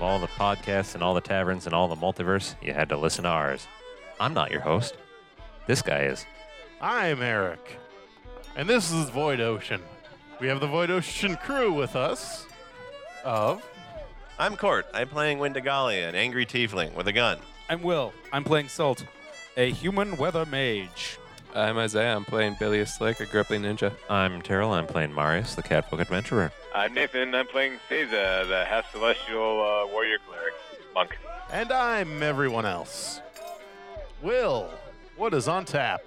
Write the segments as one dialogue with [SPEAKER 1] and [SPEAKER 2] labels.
[SPEAKER 1] all the podcasts and all the taverns and all the multiverse, you had to listen to ours. I'm not your host. This guy is.
[SPEAKER 2] I'm Eric, and this is Void Ocean. We have the Void Ocean crew with us. Of
[SPEAKER 3] I'm Court. I'm playing Windigali, an angry tiefling with a gun.
[SPEAKER 4] I'm Will. I'm playing Salt, a human weather mage.
[SPEAKER 5] I'm Isaiah. I'm playing Billy a Slick, a gripply ninja.
[SPEAKER 1] I'm Terrell. I'm playing Marius, the Catfolk Adventurer.
[SPEAKER 6] I'm Nathan. I'm playing Seiza, the half celestial uh, warrior cleric monk.
[SPEAKER 2] and I'm everyone else. Will, what is on tap?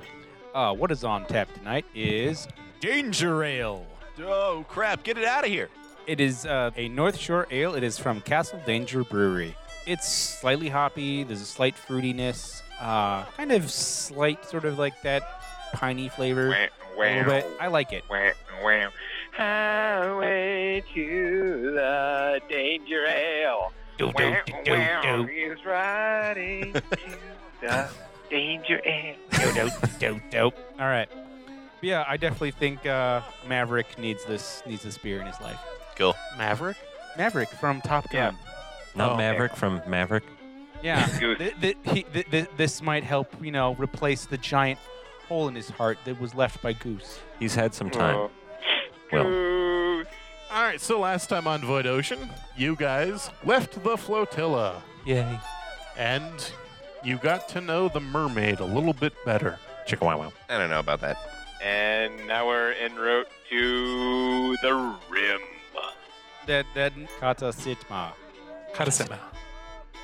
[SPEAKER 4] Uh, what is on tap tonight is Danger Ale.
[SPEAKER 3] Oh crap! Get it out of here.
[SPEAKER 4] It is uh, a North Shore ale. It is from Castle Danger Brewery. It's slightly hoppy. There's a slight fruitiness, uh, kind of slight, sort of like that piney flavor. A
[SPEAKER 6] Wah,
[SPEAKER 4] little
[SPEAKER 6] wah,
[SPEAKER 4] bit. I like it.
[SPEAKER 6] wah, wah. Highway to the danger ale. Wah, wah, He's riding to the danger ale.
[SPEAKER 4] dope, dope. All right. But yeah, I definitely think uh, Maverick needs this needs this beer in his life.
[SPEAKER 3] Cool.
[SPEAKER 2] Maverick?
[SPEAKER 4] Maverick from Top Gun.
[SPEAKER 1] Not
[SPEAKER 2] Oh, okay.
[SPEAKER 1] Maverick from Maverick.
[SPEAKER 4] Yeah.
[SPEAKER 6] Goose.
[SPEAKER 4] th- th- he, th- th- this might help, you know, replace the giant hole in his heart that was left by Goose.
[SPEAKER 1] He's had some
[SPEAKER 3] Oh.
[SPEAKER 1] time. Well.
[SPEAKER 6] Goose.
[SPEAKER 2] All right, so last time on Void Ocean, you guys left the flotilla
[SPEAKER 4] Yay.
[SPEAKER 2] and you got to know the mermaid a little bit better.
[SPEAKER 1] Chicka wow wow.
[SPEAKER 3] I don't know about that.
[SPEAKER 6] And now we're en route to the rim.
[SPEAKER 4] That that Kata Sitma.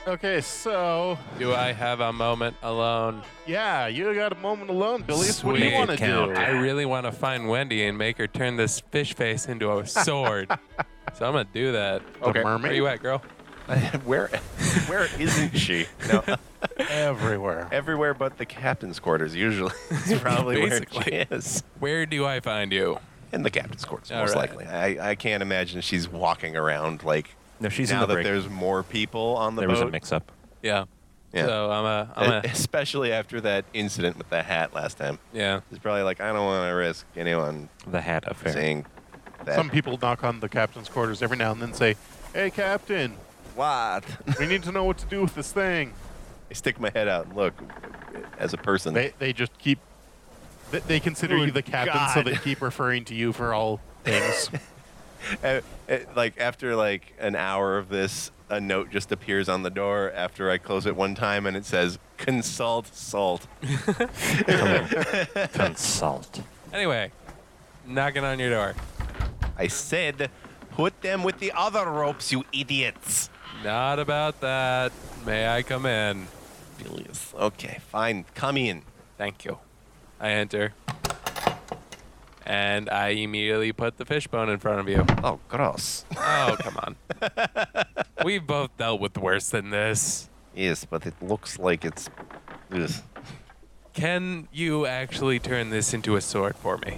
[SPEAKER 2] Okay, so
[SPEAKER 5] Do I have a moment alone?
[SPEAKER 2] yeah, you got a moment alone, Billy. What do you
[SPEAKER 5] Sweet.
[SPEAKER 2] want to
[SPEAKER 1] Count.
[SPEAKER 2] do?
[SPEAKER 5] I really want to find Wendy and make her turn this fish face into a sword. so I'm gonna do that.
[SPEAKER 2] The Okay. mermaid?
[SPEAKER 5] Where you at, girl?
[SPEAKER 3] where, where isn't she? No,
[SPEAKER 2] Everywhere.
[SPEAKER 3] everywhere but the captain's quarters. Usually, it's probably where she is.
[SPEAKER 5] Where do I find you?
[SPEAKER 3] In the captain's quarters,
[SPEAKER 5] All
[SPEAKER 3] most
[SPEAKER 5] right.
[SPEAKER 3] likely. I, I can't imagine she's walking around like
[SPEAKER 1] No, she's
[SPEAKER 3] now
[SPEAKER 1] in the
[SPEAKER 3] that
[SPEAKER 1] break.
[SPEAKER 3] there's more people on the
[SPEAKER 1] there was
[SPEAKER 3] boat. e-
[SPEAKER 1] a mix up.
[SPEAKER 5] Yeah.
[SPEAKER 3] Yeah.
[SPEAKER 5] So I'm a. I'm a.
[SPEAKER 3] Especially after that incident with the hat last time.
[SPEAKER 5] yeah.
[SPEAKER 3] She's probably like, I don't want to risk anyone
[SPEAKER 1] The hat affair.
[SPEAKER 3] seeing that.
[SPEAKER 2] Some people knock on the captain's quarters every now and then say, Hey, Captain,
[SPEAKER 3] What?
[SPEAKER 2] we need to know what to do with this thing.
[SPEAKER 3] I stick my head out and look as a person.
[SPEAKER 2] They, they just keep. They, they consider you
[SPEAKER 3] Good
[SPEAKER 2] the captain, so
[SPEAKER 3] God.
[SPEAKER 2] they keep referring to you for all things.
[SPEAKER 3] Uh, uh, like after like an hour of this, a note just appears on the door after I close it one time, and it says "Consult Salt."
[SPEAKER 1] Consult.
[SPEAKER 5] Anyway, knocking on your door.
[SPEAKER 3] I said, "Put them with the other ropes, you idiots."
[SPEAKER 5] Not about that. May I come in?
[SPEAKER 3] Bilious. Okay, fine. Come in.
[SPEAKER 5] Thank you. I enter. And I immediately put the fishbone in front of you.
[SPEAKER 3] Oh, gross.
[SPEAKER 5] Oh, come on. We've both dealt with worse than this.
[SPEAKER 3] yes, but it looks like it's. Ugh.
[SPEAKER 5] Can you actually turn this into a sword for me?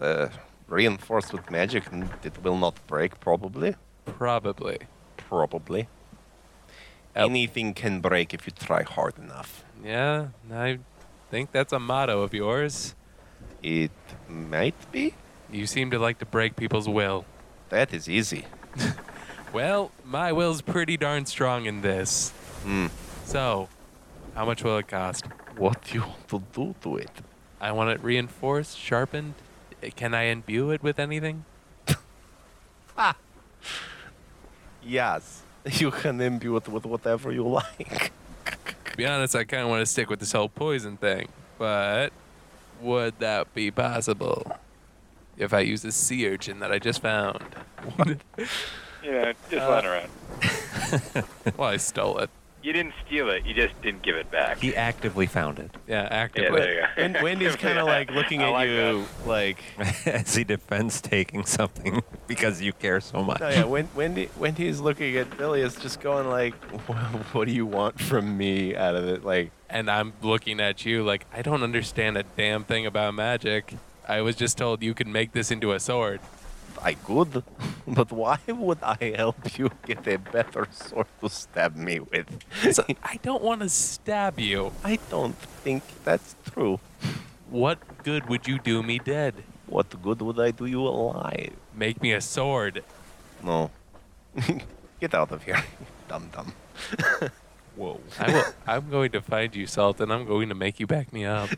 [SPEAKER 3] Uh, reinforced with magic, and it will not break. Probably.
[SPEAKER 5] Probably.
[SPEAKER 3] Probably.
[SPEAKER 5] Oh.
[SPEAKER 3] Anything can break if you try hard enough.
[SPEAKER 5] Yeah, I think that's a motto of yours.
[SPEAKER 3] It might be.
[SPEAKER 5] You seem to like to break people's will.
[SPEAKER 3] That is easy.
[SPEAKER 5] Well, my will's pretty darn strong in this.
[SPEAKER 3] Hmm.
[SPEAKER 5] So, how much will it cost?
[SPEAKER 3] What do you want to do to it?
[SPEAKER 5] I want it reinforced, sharpened. Uh, Can I imbue it with anything?
[SPEAKER 3] Yes, you can imbue it with whatever you like.
[SPEAKER 5] To be honest, I kind of want to stick with this whole poison thing, but would that be possible if I use a sea urchin that I just found?
[SPEAKER 6] You know, just
[SPEAKER 5] Uh,
[SPEAKER 6] lying around.
[SPEAKER 5] well, I stole it.
[SPEAKER 6] You didn't steal it. You just didn't give it back.
[SPEAKER 1] He actively found it
[SPEAKER 5] Yeah,
[SPEAKER 6] Yeah,
[SPEAKER 5] actively.
[SPEAKER 6] there you go.
[SPEAKER 3] And Wendy's kind of like looking
[SPEAKER 6] I
[SPEAKER 3] at
[SPEAKER 6] like
[SPEAKER 3] you, like.
[SPEAKER 1] as he defends taking something because you care so much.
[SPEAKER 3] No, Oh, yeah. Wen- Wendy, Wendy's looking at Billy. It's just going like, "Wha- "What do you want from me out of it?" Like,
[SPEAKER 5] And I'm looking at you like, I don't understand a damn thing about magic. I was just told you could make this into a sword.
[SPEAKER 3] I could, but why would I help you get a better sword to stab me with?
[SPEAKER 5] So, I don't want to stab you.
[SPEAKER 3] I don't think that's true.
[SPEAKER 5] What good would you do me dead?
[SPEAKER 3] What good would I do you alive?
[SPEAKER 5] Make me a sword.
[SPEAKER 3] No. Get out of here. dum dum. Whoa.
[SPEAKER 5] I will, I'm going to find you, Salt, and I'm going to make you back me up.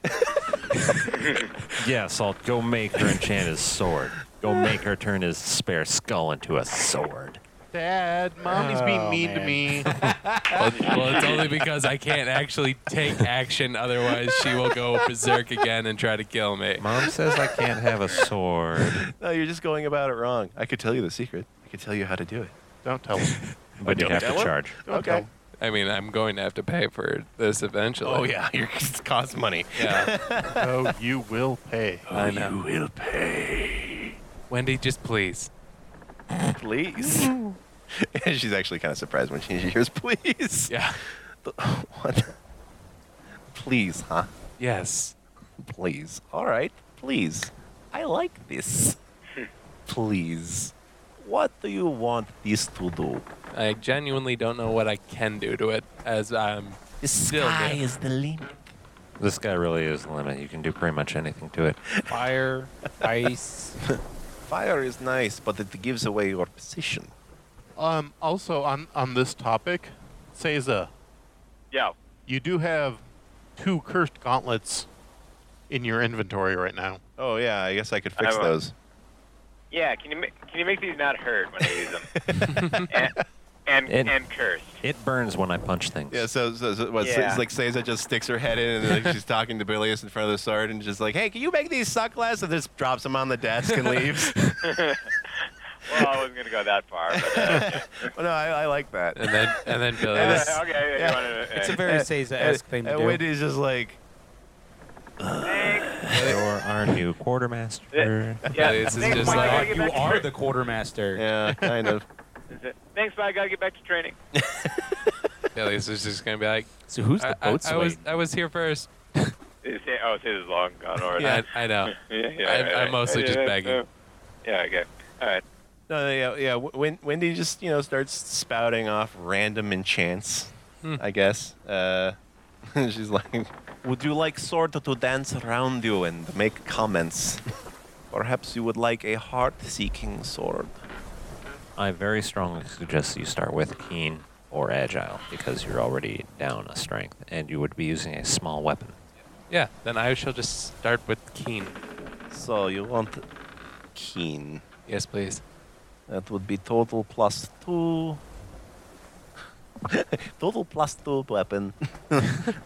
[SPEAKER 1] Yeah, Salt, go make her enchant his sword. Go make her turn his spare skull into a sword.
[SPEAKER 2] Dad, mommy's
[SPEAKER 4] Oh,
[SPEAKER 2] being mean to
[SPEAKER 4] man.
[SPEAKER 2] me.
[SPEAKER 5] Well, well, it's only because I can't actually take action. Otherwise, she will go berserk again and try to kill me.
[SPEAKER 1] Mom says I can't have a sword,
[SPEAKER 3] No, you're just going about it wrong. I could tell you the secret. I could tell you how to do it.
[SPEAKER 2] Don't tell him.
[SPEAKER 1] but you
[SPEAKER 3] don't
[SPEAKER 1] have
[SPEAKER 3] tell
[SPEAKER 1] to
[SPEAKER 3] him.
[SPEAKER 1] charge.
[SPEAKER 2] Don't tell him.
[SPEAKER 5] I mean, I'm going to have to pay for this eventually.
[SPEAKER 3] Oh yeah, you're, it costs money.
[SPEAKER 5] Yeah.
[SPEAKER 2] Oh, you will pay.
[SPEAKER 5] I know.
[SPEAKER 3] will pay.
[SPEAKER 5] Wendy, just please.
[SPEAKER 3] Please. and she's actually kind of surprised when she hears please.
[SPEAKER 5] Yeah.
[SPEAKER 3] What? Please, huh?
[SPEAKER 5] Yes.
[SPEAKER 3] Please. All right. Please. I like this. Please. What do you want this to do?
[SPEAKER 5] I genuinely don't know what I can do to it as I'm
[SPEAKER 3] The
[SPEAKER 5] Still
[SPEAKER 3] sky
[SPEAKER 5] good.
[SPEAKER 3] is the limit.
[SPEAKER 1] This guy really is the limit. You can do pretty much anything to it.
[SPEAKER 4] Fire, ice.
[SPEAKER 3] Fire is nice, but it gives away your position.
[SPEAKER 2] Um, also, on, on this topic, Seiza,
[SPEAKER 6] Yeah.
[SPEAKER 2] you do have two cursed gauntlets in your inventory right now.
[SPEAKER 3] Oh yeah, I guess I could
[SPEAKER 6] I
[SPEAKER 3] fix
[SPEAKER 6] have a-
[SPEAKER 3] those.
[SPEAKER 6] Yeah. Can you make, can you make these not hurt when I use them? and, and,
[SPEAKER 1] It-
[SPEAKER 6] and cursed.
[SPEAKER 1] It burns when I punch things.
[SPEAKER 3] Yeah, so, so, so what,
[SPEAKER 6] Yeah.
[SPEAKER 3] it's like Seiza just sticks her head in and like, she's talking to Bilius in front of the sword and just like, hey, can you make these suck less? And just drops them on the desk and leaves.
[SPEAKER 6] Well, I wasn't gonna go that far. But, uh,
[SPEAKER 3] well, no, I, I like that.
[SPEAKER 5] and then and then Billy.
[SPEAKER 3] And
[SPEAKER 5] is-
[SPEAKER 3] then-
[SPEAKER 6] okay. you
[SPEAKER 3] yeah.
[SPEAKER 6] wanted to-
[SPEAKER 4] It's a
[SPEAKER 6] uh,
[SPEAKER 4] very Seiza-esque thing to
[SPEAKER 3] and
[SPEAKER 4] do.
[SPEAKER 3] Wendy's just like,
[SPEAKER 6] thanks.
[SPEAKER 1] You're our new quartermaster.
[SPEAKER 6] Yeah.
[SPEAKER 5] Billy is
[SPEAKER 6] Thanks,
[SPEAKER 5] just
[SPEAKER 6] Mike.
[SPEAKER 5] like-
[SPEAKER 6] I gotta get
[SPEAKER 4] you
[SPEAKER 6] back to
[SPEAKER 4] are
[SPEAKER 6] tra-
[SPEAKER 4] the quartermaster.
[SPEAKER 3] yeah, kind of.
[SPEAKER 6] Thanks, bye. I gotta get back to training.
[SPEAKER 5] Billy is just gonna be like,
[SPEAKER 4] So who's
[SPEAKER 5] I,
[SPEAKER 4] the
[SPEAKER 5] I,
[SPEAKER 4] boatswain?
[SPEAKER 5] I was I was here first.
[SPEAKER 6] Is it- Oh, this is long gone already.
[SPEAKER 5] Yeah, I, I know.
[SPEAKER 6] Yeah, yeah,
[SPEAKER 5] I'm-
[SPEAKER 6] right,
[SPEAKER 5] I'm
[SPEAKER 6] right.
[SPEAKER 5] mostly
[SPEAKER 6] Yeah,
[SPEAKER 5] just
[SPEAKER 6] yeah,
[SPEAKER 5] begging.
[SPEAKER 6] uh, Yeah, okay. All right.
[SPEAKER 3] No, no, yeah, yeah. Wen- Wendy just you know starts spouting off random enchants,
[SPEAKER 5] Hmm.
[SPEAKER 3] I guess. Uh, she's like, "Would you like Sword to dance around you and make comments? Perhaps you would like a heart-seeking sword."
[SPEAKER 1] I very strongly suggest you start with keen or agile because you're already down a strength and you would be using a small weapon.
[SPEAKER 5] Yeah. Then I shall just start with Keen.
[SPEAKER 3] So you want keen?
[SPEAKER 5] Yes, please.
[SPEAKER 3] That would be total plus two. total plus two weapon.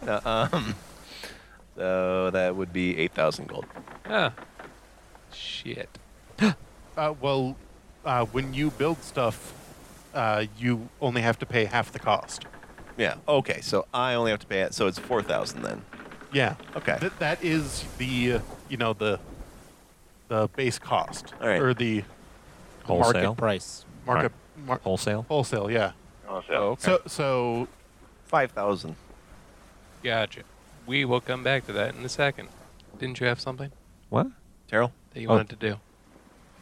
[SPEAKER 3] No, um, so that would be eight thousand gold.
[SPEAKER 5] Ah. Shit.
[SPEAKER 2] Uh, well, uh, when you build stuff, uh, you only have to pay half the cost.
[SPEAKER 3] Yeah. Okay. So I only have to pay it. So it's four thousand then.
[SPEAKER 2] Yeah.
[SPEAKER 3] Okay.
[SPEAKER 2] Th- that is the uh, you know the the base cost
[SPEAKER 3] All right.
[SPEAKER 2] or the
[SPEAKER 1] Wholesale?
[SPEAKER 4] Market price.
[SPEAKER 2] market mar-
[SPEAKER 1] Wholesale?
[SPEAKER 2] wholesale. Yeah.
[SPEAKER 6] Also,
[SPEAKER 2] So so
[SPEAKER 3] Five thousand.
[SPEAKER 5] Gotcha. We will come back to that in a second. Didn't you have something
[SPEAKER 1] What?
[SPEAKER 3] Terrell.
[SPEAKER 5] that you
[SPEAKER 1] Oh.
[SPEAKER 5] wanted to do?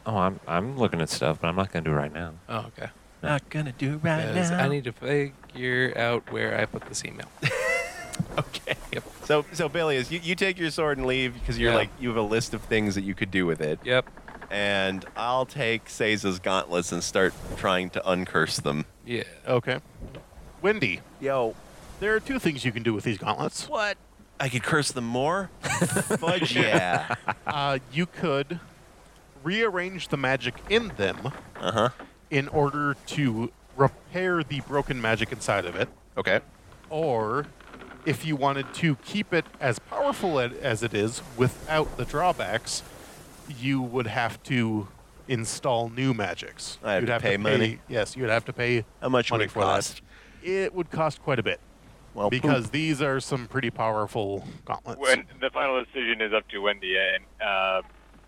[SPEAKER 1] Oh, I'm, I'm looking at stuff, but I'm not going to do it right now.
[SPEAKER 5] Oh, okay.
[SPEAKER 3] Not gonna do right
[SPEAKER 5] 'Cause I need to figure out where I put this email.
[SPEAKER 3] okay.
[SPEAKER 5] Yep.
[SPEAKER 3] So so Billy is you, you take your sword and leave because you're
[SPEAKER 5] Yeah.
[SPEAKER 3] like you have a list of things that you could do with it,
[SPEAKER 5] Yep.
[SPEAKER 3] and I'll take Seiza's gauntlets and start trying to uncurse them.
[SPEAKER 5] Yeah.
[SPEAKER 2] okay, Wendy,
[SPEAKER 3] Yo,
[SPEAKER 2] there are two things you can do with these gauntlets.
[SPEAKER 3] what? I could curse them more. Fudge yeah.
[SPEAKER 2] Uh, you could rearrange the magic in them
[SPEAKER 3] Uh huh.
[SPEAKER 2] in order to repair the broken magic inside of it,
[SPEAKER 3] Okay.
[SPEAKER 2] or if you wanted to keep it as powerful a- as it is without the drawbacks, you would have to install new magics.
[SPEAKER 3] I have
[SPEAKER 2] you'd
[SPEAKER 3] to pay money?
[SPEAKER 2] Yes, you'd have to pay
[SPEAKER 3] How much
[SPEAKER 2] money
[SPEAKER 3] would it
[SPEAKER 2] for
[SPEAKER 3] cost? Oh,
[SPEAKER 2] that. It would cost quite a bit
[SPEAKER 3] Well, poop.
[SPEAKER 2] because these are some pretty powerful gauntlets.
[SPEAKER 6] when the final decision is up to Wendy, and uh,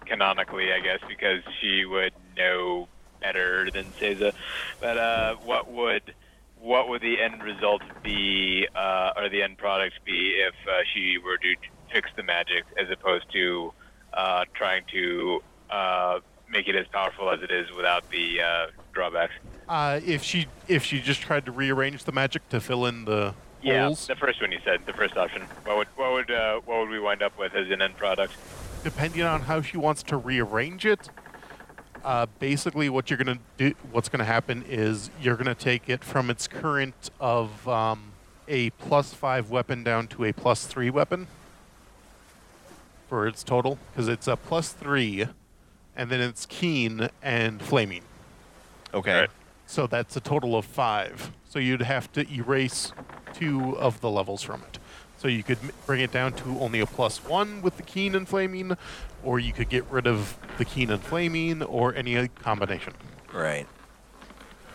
[SPEAKER 6] canonically, I guess, because she would know better than Seiza. But uh, what would what would the end result be, uh, or the end product be, if uh, she were to fix the magic as opposed to uh, trying to uh, make it as powerful as it is without the uh, drawbacks?
[SPEAKER 2] Uh, if she if she just tried to rearrange the magic to fill in the
[SPEAKER 6] Yeah,
[SPEAKER 2] holes,
[SPEAKER 6] the first one you said, the first option. What would what would uh, what would we wind up with as an end product?
[SPEAKER 2] depending on how she wants to rearrange it, Uh, basically, what you're gonna do, what's gonna happen is you're gonna take it from its current of um, a plus five weapon down to a plus three weapon for its total, because it's a plus three, and then it's keen and flaming.
[SPEAKER 3] Okay.
[SPEAKER 6] Right.
[SPEAKER 2] So that's a total of five. So you'd have to erase two of the levels from it. So you could m- bring it down to only a plus one with the keen and flaming, or you could get rid of the keen and flaming, or any combination.
[SPEAKER 3] Right.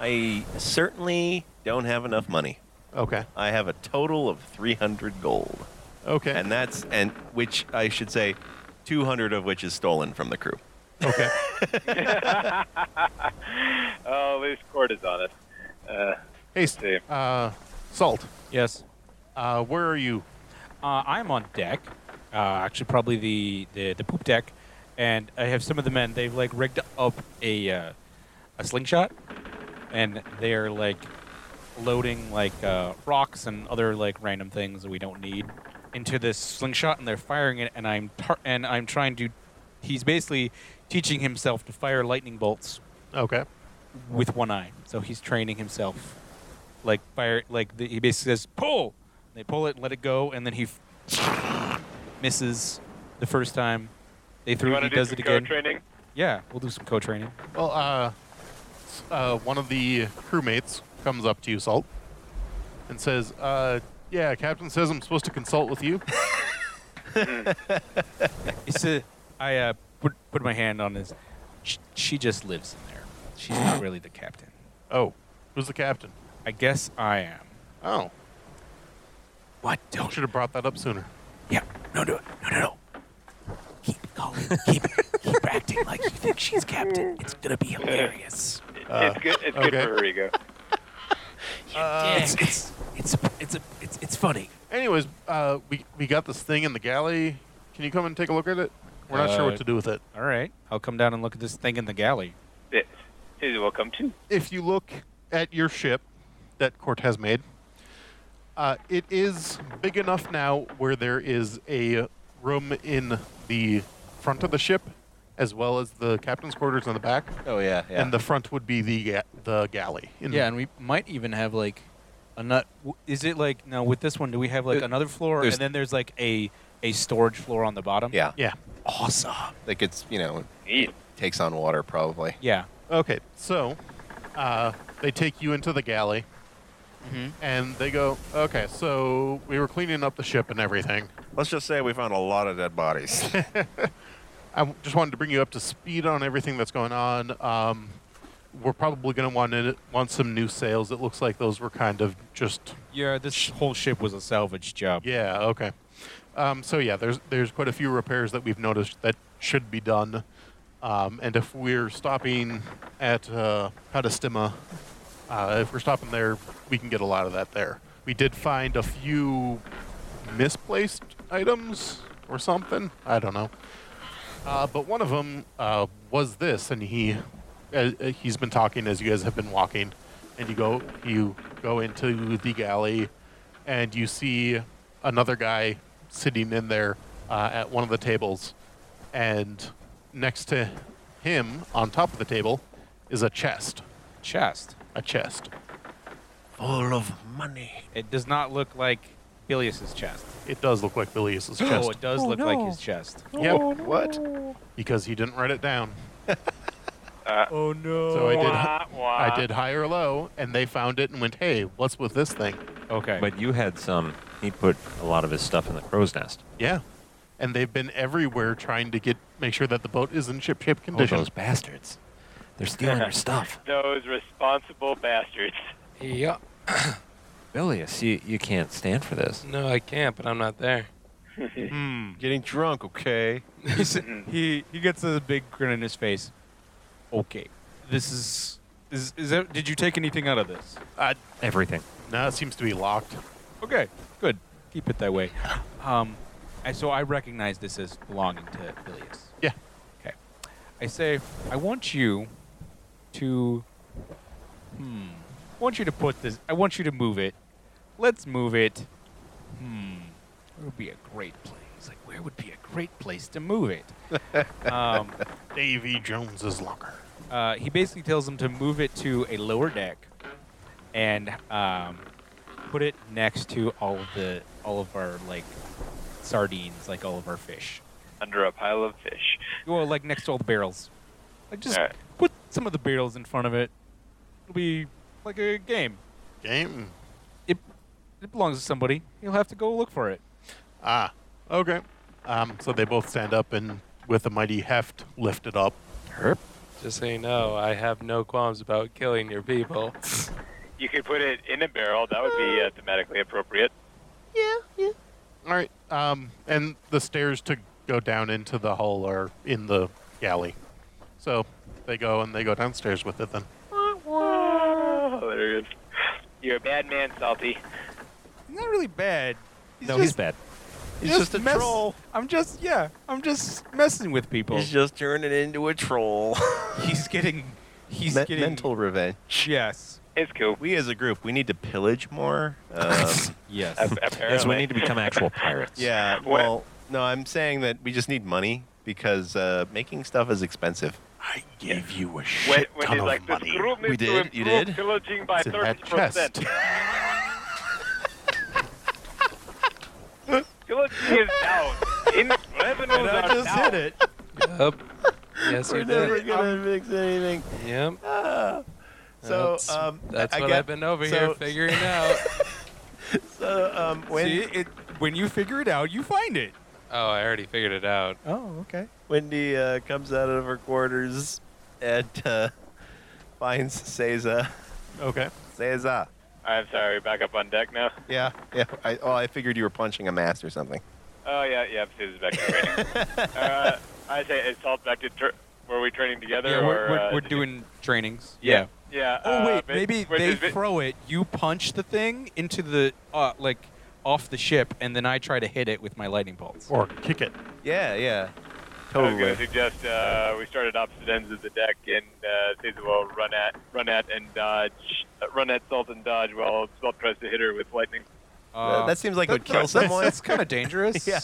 [SPEAKER 3] I certainly don't have enough money.
[SPEAKER 2] Okay.
[SPEAKER 3] I have a total of 300 gold.
[SPEAKER 2] Okay.
[SPEAKER 3] And that's and which I should say 200 of which is stolen from the crew.
[SPEAKER 2] okay.
[SPEAKER 6] Oh, at least Court is honest. Uh,
[SPEAKER 2] Hey,
[SPEAKER 6] see.
[SPEAKER 2] S- uh, Salt.
[SPEAKER 4] Yes.
[SPEAKER 2] Uh, where are you?
[SPEAKER 4] Uh, I'm on deck, uh, actually probably the, the, the poop deck, and I have some of the men. They've like rigged up a uh, a slingshot, and they're like loading like uh, rocks and other like random things that we don't need into this slingshot, and they're firing it. And I'm tar- and I'm trying to. He's basically teaching himself to fire lightning bolts
[SPEAKER 2] Okay.
[SPEAKER 4] with one eye. So he's training himself. Like fire, like the, he basically says, "Pull." They pull it, let it go, and then he f- misses the first time. They
[SPEAKER 6] you
[SPEAKER 4] threw it.
[SPEAKER 6] want
[SPEAKER 4] He
[SPEAKER 6] to do
[SPEAKER 4] does
[SPEAKER 6] some
[SPEAKER 4] it again.
[SPEAKER 6] co-training?
[SPEAKER 4] Yeah, we'll do some co-training.
[SPEAKER 2] Well, uh, s- uh, one of the crewmates comes up to you, Salt, and says, uh, "Yeah, Captain says I'm supposed to consult with you."
[SPEAKER 4] It's a, I uh, put put my hand on his. She, she just lives in there. She's not really the captain.
[SPEAKER 2] oh, who's the captain?
[SPEAKER 4] I guess I am.
[SPEAKER 2] Oh,
[SPEAKER 4] What? Don't
[SPEAKER 2] should have brought that up sooner.
[SPEAKER 4] Yeah. No, no, no, no, no. Keep calling. Keep, keep acting like you think she's captain. It's gonna be hilarious.
[SPEAKER 2] Uh,
[SPEAKER 6] it's good. It's good
[SPEAKER 2] okay.
[SPEAKER 6] for her ego.
[SPEAKER 4] it's, it's it's it's a, it's it's funny.
[SPEAKER 2] Anyways, uh, we we got this thing in the galley. Can you come and take a look at it? We're not sure
[SPEAKER 4] Uh,
[SPEAKER 2] what to do with it.
[SPEAKER 4] All right, I'll come down and look at this thing in the galley.
[SPEAKER 6] It, she's welcome too.
[SPEAKER 2] If you look at your ship that Cortez made, uh, it is big enough now where there is a room in the front of the ship, as well as the captain's quarters in the back,
[SPEAKER 3] Oh yeah,
[SPEAKER 2] and the front would be the ga- the galley. In
[SPEAKER 4] Yeah, and we might even have like a nut. w- Is it like now with this one? Do we have like
[SPEAKER 3] There-
[SPEAKER 4] another floor, and
[SPEAKER 3] there's-
[SPEAKER 4] then there's like a a storage floor on the bottom?
[SPEAKER 3] yeah.
[SPEAKER 2] yeah.
[SPEAKER 4] Awesome.
[SPEAKER 3] Like it's, you know,
[SPEAKER 6] Neat.
[SPEAKER 3] takes on water probably.
[SPEAKER 4] Yeah.
[SPEAKER 2] Okay, so uh, they take you into the galley,
[SPEAKER 4] Mm-hmm.
[SPEAKER 2] and they go, "Okay, so we were cleaning up the ship and everything.
[SPEAKER 3] Let's just say we found a lot of dead bodies.
[SPEAKER 2] I w- just wanted to bring you up to speed on everything that's going on. Um, we're probably going to want to want some new sails. It looks like those were kind of just
[SPEAKER 4] Yeah. This whole ship was a salvage job.
[SPEAKER 2] yeah, okay. Um, so yeah, there's there's quite a few repairs that we've noticed that should be done. Um, and if we're stopping at uh, Padastima, uh, if we're stopping there, we can get a lot of that there. We did find a few misplaced items or something. I don't know. Uh, but one of them uh, was this, and he uh, uh, he's been talking as you guys have been walking, and you go you go into the galley, and you see another guy sitting in there uh, at one of the tables, and next to him on top of the table is a chest,
[SPEAKER 4] Chest.
[SPEAKER 2] a chest.
[SPEAKER 3] Full of money.
[SPEAKER 4] It does not look like Bilius's chest.
[SPEAKER 2] It does look like Bilius's
[SPEAKER 4] Oh,
[SPEAKER 2] chest.
[SPEAKER 4] it does look like his chest.
[SPEAKER 2] Yep,
[SPEAKER 3] What?
[SPEAKER 2] because he didn't write it down.
[SPEAKER 4] Oh no.
[SPEAKER 2] So I did
[SPEAKER 6] Wah, wah.
[SPEAKER 1] Uh,
[SPEAKER 2] I did high or low, and they found it and went, "Hey, what's with this thing?"
[SPEAKER 4] Okay.
[SPEAKER 1] But you had some. He put a lot of his stuff in the crow's nest.
[SPEAKER 2] Yeah. And they've been everywhere trying to get make sure that the boat is in ship shape
[SPEAKER 1] Oh,
[SPEAKER 2] condition.
[SPEAKER 1] those bastards! They're stealing our stuff.
[SPEAKER 6] Those responsible bastards.
[SPEAKER 5] Yeah.
[SPEAKER 1] Bilius, you, you can't stand for this.
[SPEAKER 5] No, I can't, but I'm not there.
[SPEAKER 3] Getting drunk, okay?
[SPEAKER 4] Hmm. He's- he he gets a big grin on his face. Okay, this is is is that, did you take anything out of this?
[SPEAKER 2] uh,
[SPEAKER 1] Everything.
[SPEAKER 2] no, it seems to be locked.
[SPEAKER 4] Okay, good. Keep it that way. Um, I, so I recognize this as belonging to Bilius.
[SPEAKER 2] Yeah.
[SPEAKER 4] Okay, I say I want you to hmm. I want you to put this. I want you to move it. Let's move it. Hmm. It would be a great place. Like where would be a great place to move it? um.
[SPEAKER 2] Davy Jones's locker.
[SPEAKER 4] Uh, he basically tells him to move it to a lower deck and um, put it next to all of the all of our like sardines, like all of our fish.
[SPEAKER 6] under a pile of fish.
[SPEAKER 4] Well, like next to all the barrels. Like just
[SPEAKER 6] Alright.
[SPEAKER 4] put some of the barrels in front of it. It'll be like a game.
[SPEAKER 2] Game.
[SPEAKER 4] It it belongs to somebody. You'll have to go look for it.
[SPEAKER 2] Ah, okay. Um, so they both stand up and, with a mighty heft, lift it up.
[SPEAKER 1] Herp.
[SPEAKER 5] Just so you know, I have no qualms about killing your people.
[SPEAKER 6] You could put it in a barrel. That would be uh, thematically appropriate.
[SPEAKER 2] All right. Um, and the stairs to go down into the hull are in the galley. So they go and they go downstairs with it then.
[SPEAKER 6] Hilarious. You're a bad man, Salty.
[SPEAKER 4] Not really bad. He's
[SPEAKER 1] No,
[SPEAKER 4] just,
[SPEAKER 1] he's bad.
[SPEAKER 3] He's just a
[SPEAKER 4] mess-
[SPEAKER 3] troll.
[SPEAKER 4] I'm just yeah. I'm just messing with people.
[SPEAKER 3] He's just turning into a troll.
[SPEAKER 4] He's getting. He's
[SPEAKER 3] Me-
[SPEAKER 4] getting
[SPEAKER 3] mental revenge.
[SPEAKER 4] Yes.
[SPEAKER 6] It's cool.
[SPEAKER 3] We as a group, we need to pillage more. Um,
[SPEAKER 4] Yes.
[SPEAKER 6] Ap- Apparently.
[SPEAKER 1] Yes, we need to become actual pirates.
[SPEAKER 3] yeah.
[SPEAKER 6] What-
[SPEAKER 3] Well, no, I'm saying that we just need money because uh, making stuff is expensive.
[SPEAKER 2] I give you a
[SPEAKER 6] when, when he's like, this group
[SPEAKER 3] We
[SPEAKER 6] needs to
[SPEAKER 3] did,
[SPEAKER 6] improve
[SPEAKER 3] you did.
[SPEAKER 6] pillaging by
[SPEAKER 2] It's in that
[SPEAKER 6] 30%.
[SPEAKER 2] chest.
[SPEAKER 6] Pillaging is down. In revenues
[SPEAKER 4] And
[SPEAKER 6] are
[SPEAKER 4] I just
[SPEAKER 6] down.
[SPEAKER 4] hit it.
[SPEAKER 5] yep. Yes, you did.
[SPEAKER 3] gonna fix anything.
[SPEAKER 5] Yep.
[SPEAKER 3] So
[SPEAKER 5] that's,
[SPEAKER 3] um,
[SPEAKER 5] that's
[SPEAKER 3] I
[SPEAKER 5] what
[SPEAKER 3] get-
[SPEAKER 5] I've been over
[SPEAKER 3] so-
[SPEAKER 5] here figuring out.
[SPEAKER 3] So um, when
[SPEAKER 4] See, it, when you figure it out, you find it.
[SPEAKER 5] oh, I already figured it out.
[SPEAKER 4] Oh, okay.
[SPEAKER 3] Wendy uh, comes out of her quarters and uh, finds Seiza.
[SPEAKER 2] Okay.
[SPEAKER 3] Seiza.
[SPEAKER 6] I'm sorry, back up on deck now.
[SPEAKER 3] Yeah, yeah. I, oh, I figured you were punching a mast or something.
[SPEAKER 6] Oh, yeah, yeah, Sue's back up training. uh, I say, it's all back to, tur were we training together?
[SPEAKER 4] Yeah, we're,
[SPEAKER 6] or,
[SPEAKER 4] we're,
[SPEAKER 6] uh,
[SPEAKER 4] we're
[SPEAKER 6] did you-
[SPEAKER 4] doing trainings.
[SPEAKER 6] Yeah. Yeah.
[SPEAKER 4] Oh
[SPEAKER 6] uh,
[SPEAKER 4] wait,
[SPEAKER 6] but-
[SPEAKER 4] maybe
[SPEAKER 6] but
[SPEAKER 4] they
[SPEAKER 6] is it-
[SPEAKER 4] throw it. You punch the thing into the uh, like off the ship, and then I try to hit it with my lightning bolts.
[SPEAKER 2] Or kick it.
[SPEAKER 3] Yeah, yeah.
[SPEAKER 6] I
[SPEAKER 4] Oh,
[SPEAKER 6] was going to
[SPEAKER 3] Totally.
[SPEAKER 6] suggest uh, we start at opposite ends of the deck, and uh, Caesar will run at, run at, and dodge, uh, run at Salt and dodge while Salt tries to hit her with lightning.
[SPEAKER 3] Uh, that seems like it would kill someone.
[SPEAKER 4] That's kind of dangerous.
[SPEAKER 3] yeah.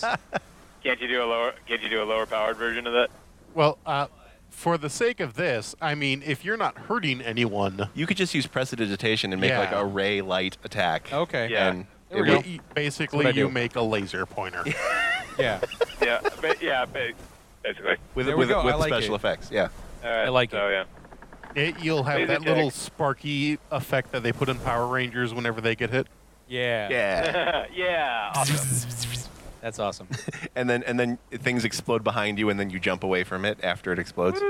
[SPEAKER 6] Can't you do a lower? Can't you do a lower powered version of that?
[SPEAKER 2] Well, uh, for the sake of this, I mean, if you're not hurting anyone,
[SPEAKER 3] You could just use prestidigitation and make like
[SPEAKER 2] Yeah.
[SPEAKER 3] a ray light attack.
[SPEAKER 4] Okay.
[SPEAKER 6] Yeah.
[SPEAKER 3] And
[SPEAKER 4] There we
[SPEAKER 3] it
[SPEAKER 4] go.
[SPEAKER 3] would-
[SPEAKER 2] y-
[SPEAKER 4] That's what I
[SPEAKER 2] basically you
[SPEAKER 4] do.
[SPEAKER 2] make a laser pointer.
[SPEAKER 4] Yeah.
[SPEAKER 6] Yeah, but yeah, ba- basically.
[SPEAKER 3] with
[SPEAKER 4] There we
[SPEAKER 3] with,
[SPEAKER 4] go,
[SPEAKER 3] with
[SPEAKER 4] I like
[SPEAKER 3] special
[SPEAKER 4] it.
[SPEAKER 3] effects. Yeah.
[SPEAKER 6] All right,
[SPEAKER 4] I like
[SPEAKER 6] so,
[SPEAKER 4] it.
[SPEAKER 6] Yeah.
[SPEAKER 2] It, you'll have
[SPEAKER 6] Laser
[SPEAKER 2] that little
[SPEAKER 6] tag.
[SPEAKER 2] sparky effect that they put in Power Rangers whenever they get hit.
[SPEAKER 4] Yeah.
[SPEAKER 3] Yeah.
[SPEAKER 6] yeah, awesome.
[SPEAKER 4] That's awesome.
[SPEAKER 3] and then and then things explode behind you, and then you jump away from it after it explodes.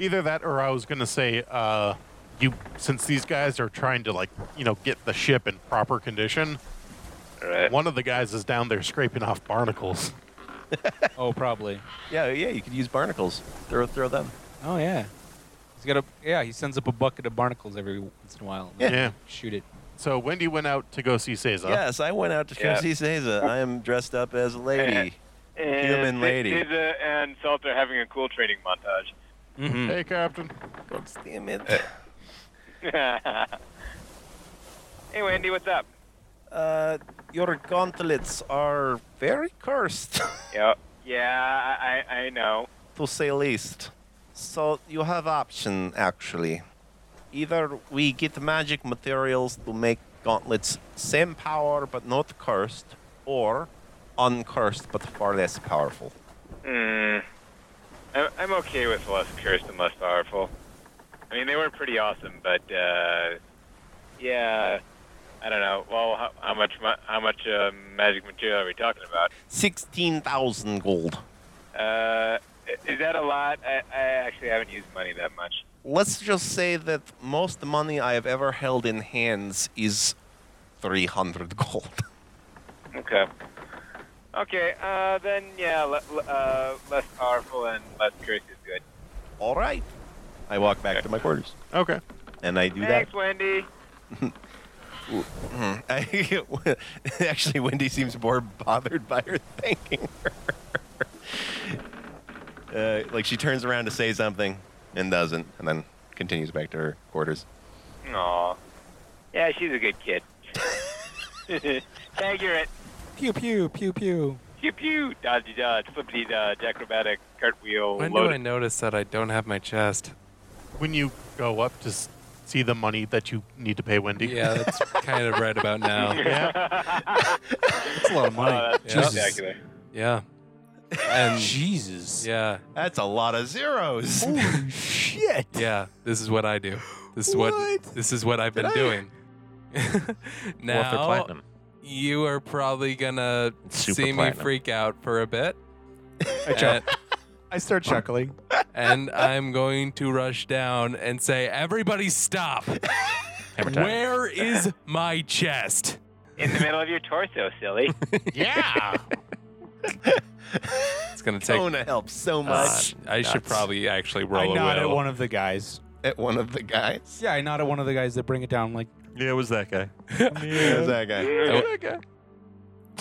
[SPEAKER 2] Either that, or I was gonna say, uh, you since these guys are trying to like you know get the ship in proper condition.
[SPEAKER 6] All right.
[SPEAKER 2] One of the guys is down there scraping off barnacles.
[SPEAKER 4] oh, probably.
[SPEAKER 3] Yeah, yeah. You could use barnacles. Throw throw them.
[SPEAKER 4] Oh yeah. He's got a yeah. He sends up a bucket of barnacles every once in a while.
[SPEAKER 2] Yeah.
[SPEAKER 4] Shoot it.
[SPEAKER 2] So Wendy went out to go see Seiza.
[SPEAKER 3] Yes, I went out to
[SPEAKER 6] Yeah.
[SPEAKER 3] go see Seiza. I am dressed up as a lady. Human
[SPEAKER 6] And
[SPEAKER 3] lady.
[SPEAKER 6] Caesar and Salt are having a cool training montage.
[SPEAKER 4] Mm-hmm.
[SPEAKER 2] Hey, Captain.
[SPEAKER 3] God damn it.
[SPEAKER 6] hey, Wendy, what's up?
[SPEAKER 3] Uh, your gauntlets are very cursed,
[SPEAKER 6] Yeah. Yeah, I, I I know.
[SPEAKER 3] to say least. So you have option actually. Either we get magic materials to make gauntlets same power but not cursed, or uncursed but far less powerful.
[SPEAKER 6] Hmm. I- I'm okay with less cursed and less powerful. I mean, they were pretty awesome, but uh, yeah, I don't know. Well, how, how much mu- how much uh, magic material are we talking about?
[SPEAKER 3] Sixteen thousand gold.
[SPEAKER 6] Uh, i- is that a lot? I, I actually haven't used money that much.
[SPEAKER 3] Let's just say that most money I have ever held in hands is three hundred gold.
[SPEAKER 6] Okay. Okay. Uh, then yeah, le- le- uh, less powerful and less cursed is good.
[SPEAKER 3] All right. I walk back to my quarters
[SPEAKER 2] Okay.
[SPEAKER 3] and I do
[SPEAKER 6] Thanks, Wendy.
[SPEAKER 3] that. I, actually, Wendy seems more bothered by her thanking her. Uh, like she turns around to say something and doesn't, and then continues back to her quarters.
[SPEAKER 6] Aw. Yeah, she's a good kid. Tag you're it.
[SPEAKER 4] Pew pew pew pew.
[SPEAKER 6] Pew pew, dodgy dodge, flippity dodge, acrobatic, cartwheel,
[SPEAKER 5] When do I
[SPEAKER 6] loaded.
[SPEAKER 5] notice that I don't have my chest?
[SPEAKER 2] when you go up to s- see the money that you need to pay Wendy.
[SPEAKER 5] Yeah, that's kind of right about now.
[SPEAKER 2] yeah.
[SPEAKER 4] That's a lot of money.
[SPEAKER 6] Oh, that's
[SPEAKER 5] Yeah.
[SPEAKER 6] spectacular.
[SPEAKER 5] Yeah. And
[SPEAKER 4] Jesus.
[SPEAKER 5] yeah,
[SPEAKER 3] That's a lot of zeros.
[SPEAKER 4] Holy shit.
[SPEAKER 5] yeah, this is what I do. This is what,
[SPEAKER 4] What?
[SPEAKER 5] this is what I've been
[SPEAKER 3] Did I-
[SPEAKER 5] doing.
[SPEAKER 1] Well, for
[SPEAKER 5] now
[SPEAKER 1] platinum.
[SPEAKER 5] you are probably gonna
[SPEAKER 1] It's super
[SPEAKER 5] see me
[SPEAKER 1] platinum.
[SPEAKER 5] freak out for a bit.
[SPEAKER 4] I, chuck-
[SPEAKER 5] And,
[SPEAKER 4] I start chuckling.
[SPEAKER 5] and I'm going to rush down and say, "Everybody stop.
[SPEAKER 1] Hammer time.
[SPEAKER 5] Where is my chest?"
[SPEAKER 6] In the middle of your torso, silly.
[SPEAKER 2] yeah.
[SPEAKER 5] It's gonna take
[SPEAKER 3] Kona helps so
[SPEAKER 5] Uh,
[SPEAKER 3] much
[SPEAKER 5] I should
[SPEAKER 1] Nuts.
[SPEAKER 5] probably actually
[SPEAKER 4] I
[SPEAKER 5] roll a
[SPEAKER 4] nod at
[SPEAKER 5] will.
[SPEAKER 4] one of the guys.
[SPEAKER 3] at one of the guys.
[SPEAKER 4] Yeah, I nod at one of the guys that bring it down. Like,
[SPEAKER 2] Yeah, it was that guy.
[SPEAKER 3] Who's that guy?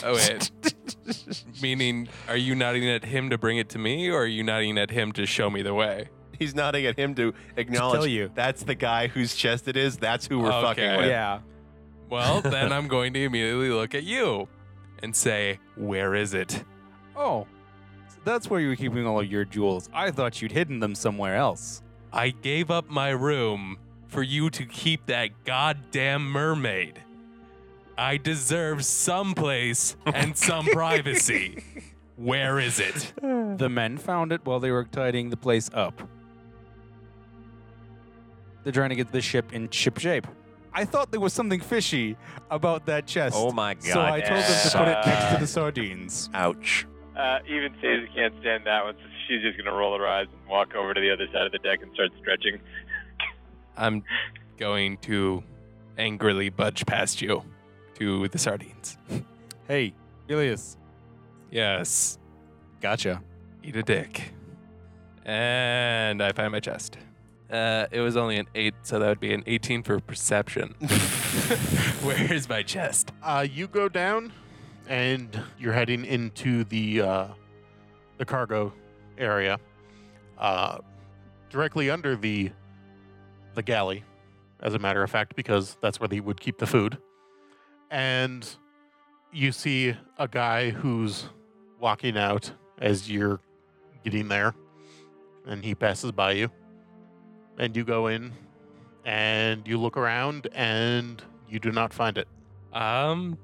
[SPEAKER 5] Oh, oh, wait. Meaning, are you nodding at him to bring it to me, or are you nodding at him to show me the way?
[SPEAKER 3] He's nodding at him to acknowledge
[SPEAKER 4] tell you.
[SPEAKER 3] that's the guy whose chest it is. That's who we're
[SPEAKER 5] Okay.
[SPEAKER 3] fucking with.
[SPEAKER 4] Oh, yeah.
[SPEAKER 5] Well, then I'm going to immediately look at you and say, "Where is it?"
[SPEAKER 4] Oh, so that's where you were keeping all of your jewels. I thought you'd hidden them somewhere else.
[SPEAKER 5] I gave up my room for you to keep that goddamn mermaid. I deserve some place and some privacy. Where is it?
[SPEAKER 4] The men found it while they were tidying the place up. They're trying to get the ship in ship shape. I thought there was something fishy about that chest.
[SPEAKER 1] Oh my god.
[SPEAKER 4] So I told them to put it
[SPEAKER 6] yeah.
[SPEAKER 4] next to the sardines.
[SPEAKER 3] Ouch.
[SPEAKER 6] Uh, even Caesar can't stand that one, so she's just gonna roll her eyes and walk over to the other side of the deck and start stretching.
[SPEAKER 5] I'm going to angrily budge past you to the sardines.
[SPEAKER 4] Hey, Ilias.
[SPEAKER 5] Yes,
[SPEAKER 4] Gotcha.
[SPEAKER 5] eat a dick. And I find my chest. Uh, it was only an 8, so that would be an 18 for perception. Where is my chest?
[SPEAKER 2] Uh, you go down, and you're heading into the uh, the cargo area, uh, directly under the the galley, as a matter of fact, because that's where they would keep the food. And you see a guy who's walking out as you're getting there, and he passes by you, and you go in, and you look around, and you do not find it.
[SPEAKER 5] Um,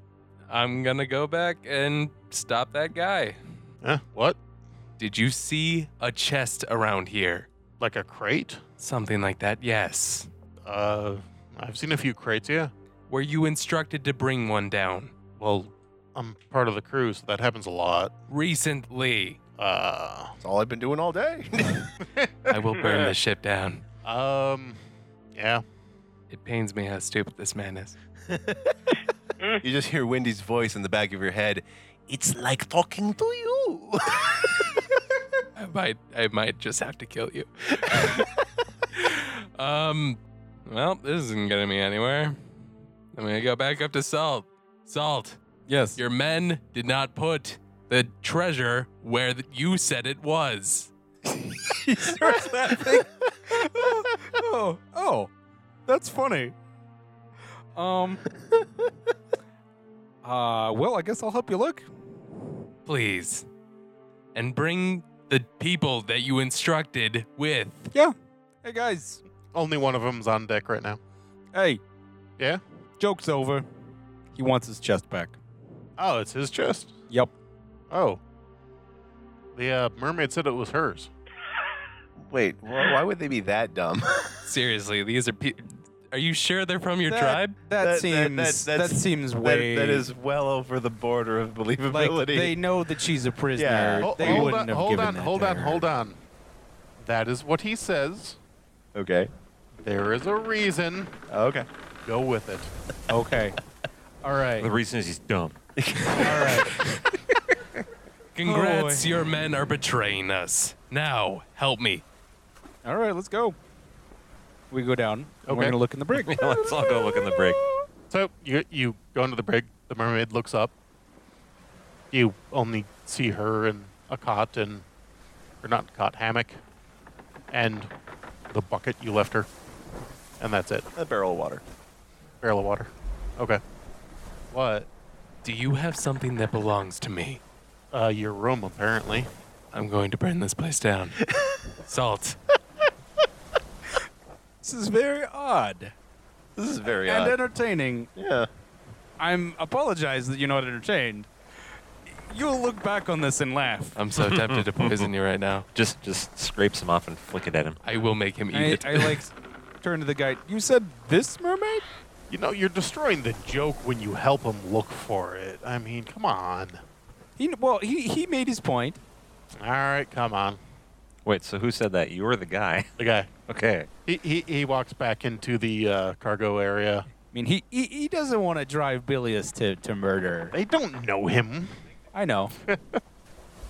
[SPEAKER 5] I'm gonna go back and stop that guy.
[SPEAKER 2] Huh? What?
[SPEAKER 5] Did you see a chest around here?
[SPEAKER 2] Like a crate?
[SPEAKER 5] Something like that, yes.
[SPEAKER 2] Uh, I've seen a few crates, yeah.
[SPEAKER 5] Were you instructed to bring one down?
[SPEAKER 2] Well, I'm part of the crew, so that happens a lot.
[SPEAKER 5] Recently,
[SPEAKER 2] Uh,
[SPEAKER 3] That's all I've been doing all day.
[SPEAKER 5] I will burn the ship down.
[SPEAKER 2] um, yeah.
[SPEAKER 5] It pains me how stupid this man is.
[SPEAKER 3] you just hear Wendy's voice in the back of your head. It's like talking to you.
[SPEAKER 5] I might, I might just have to kill you. um, well, this isn't getting me anywhere. I'm gonna go back up to Salt. Salt,
[SPEAKER 4] Yes.
[SPEAKER 5] your men did not put the treasure where th- you said it was.
[SPEAKER 4] oh, oh, that's funny. Um. Uh, well, I guess I'll help you look.
[SPEAKER 5] Please, and bring the people that you instructed with.
[SPEAKER 4] Hey guys,
[SPEAKER 2] Only one of them's on deck right now.
[SPEAKER 4] hey,
[SPEAKER 2] Yeah?
[SPEAKER 4] joke's over. He wants his chest back.
[SPEAKER 2] Oh, it's his chest.
[SPEAKER 4] Yep.
[SPEAKER 2] Oh. The uh, mermaid said it was hers.
[SPEAKER 3] Wait, wh- why would they be that dumb?
[SPEAKER 5] Seriously, these are. Pe- are you sure they're from your
[SPEAKER 4] That-
[SPEAKER 5] tribe?
[SPEAKER 4] That,
[SPEAKER 3] That- that-
[SPEAKER 4] seems that,
[SPEAKER 3] that- that's-
[SPEAKER 4] seems
[SPEAKER 3] That-
[SPEAKER 4] way
[SPEAKER 3] that is well over the border of
[SPEAKER 4] like
[SPEAKER 3] believability.
[SPEAKER 4] they know that she's a prisoner.
[SPEAKER 3] Yeah.
[SPEAKER 2] Hol-
[SPEAKER 4] They
[SPEAKER 2] Oh, hold
[SPEAKER 4] wouldn't
[SPEAKER 2] on,
[SPEAKER 4] have
[SPEAKER 2] hold
[SPEAKER 4] given
[SPEAKER 2] on,
[SPEAKER 4] that
[SPEAKER 2] hold
[SPEAKER 4] to
[SPEAKER 2] on,
[SPEAKER 4] her.
[SPEAKER 2] hold on. That is what he says.
[SPEAKER 3] okay.
[SPEAKER 2] There is a reason.
[SPEAKER 3] Okay.
[SPEAKER 2] Go with it.
[SPEAKER 4] Okay. All right.
[SPEAKER 1] The reason is he's dumb.
[SPEAKER 4] All right.
[SPEAKER 5] Congrats, your men are betraying us. Now, help me.
[SPEAKER 4] All right. Let's go. We go down. and We're
[SPEAKER 2] Okay.
[SPEAKER 4] gonna look in the brig.
[SPEAKER 1] Let's all go look in the brig.
[SPEAKER 2] So you you go into the brig. The mermaid looks up. You only see her in a cot and, or not cot hammock, and the bucket you left her, and that's it.
[SPEAKER 3] A barrel of water.
[SPEAKER 2] Barrel of water. Okay. What?
[SPEAKER 5] Do you have something that belongs to me?
[SPEAKER 2] Uh, your room apparently.
[SPEAKER 5] I'm going to burn this place down. Salt.
[SPEAKER 4] This is very odd
[SPEAKER 3] This is very
[SPEAKER 4] and
[SPEAKER 3] odd.
[SPEAKER 4] entertaining.
[SPEAKER 3] Yeah.
[SPEAKER 4] I'm apologize that you're not entertained. You'll look back on this and laugh.
[SPEAKER 5] I'm so tempted to poison you right now.
[SPEAKER 1] Just just scrapes him off and flick it at him.
[SPEAKER 5] I will make him eat
[SPEAKER 4] I,
[SPEAKER 5] it.
[SPEAKER 4] I like turn to the guy. You said this mermaid?
[SPEAKER 2] You know, you're destroying the joke when you help him look for it. I mean, come on.
[SPEAKER 4] He well, he he made his point.
[SPEAKER 2] All right, come on.
[SPEAKER 1] Wait, so who said that? You were the guy.
[SPEAKER 2] The guy.
[SPEAKER 1] okay.
[SPEAKER 2] He, he, he walks back into the uh, cargo area.
[SPEAKER 4] I mean, he he, he doesn't want to drive Bilius to to murder.
[SPEAKER 2] They don't know him.
[SPEAKER 4] I know.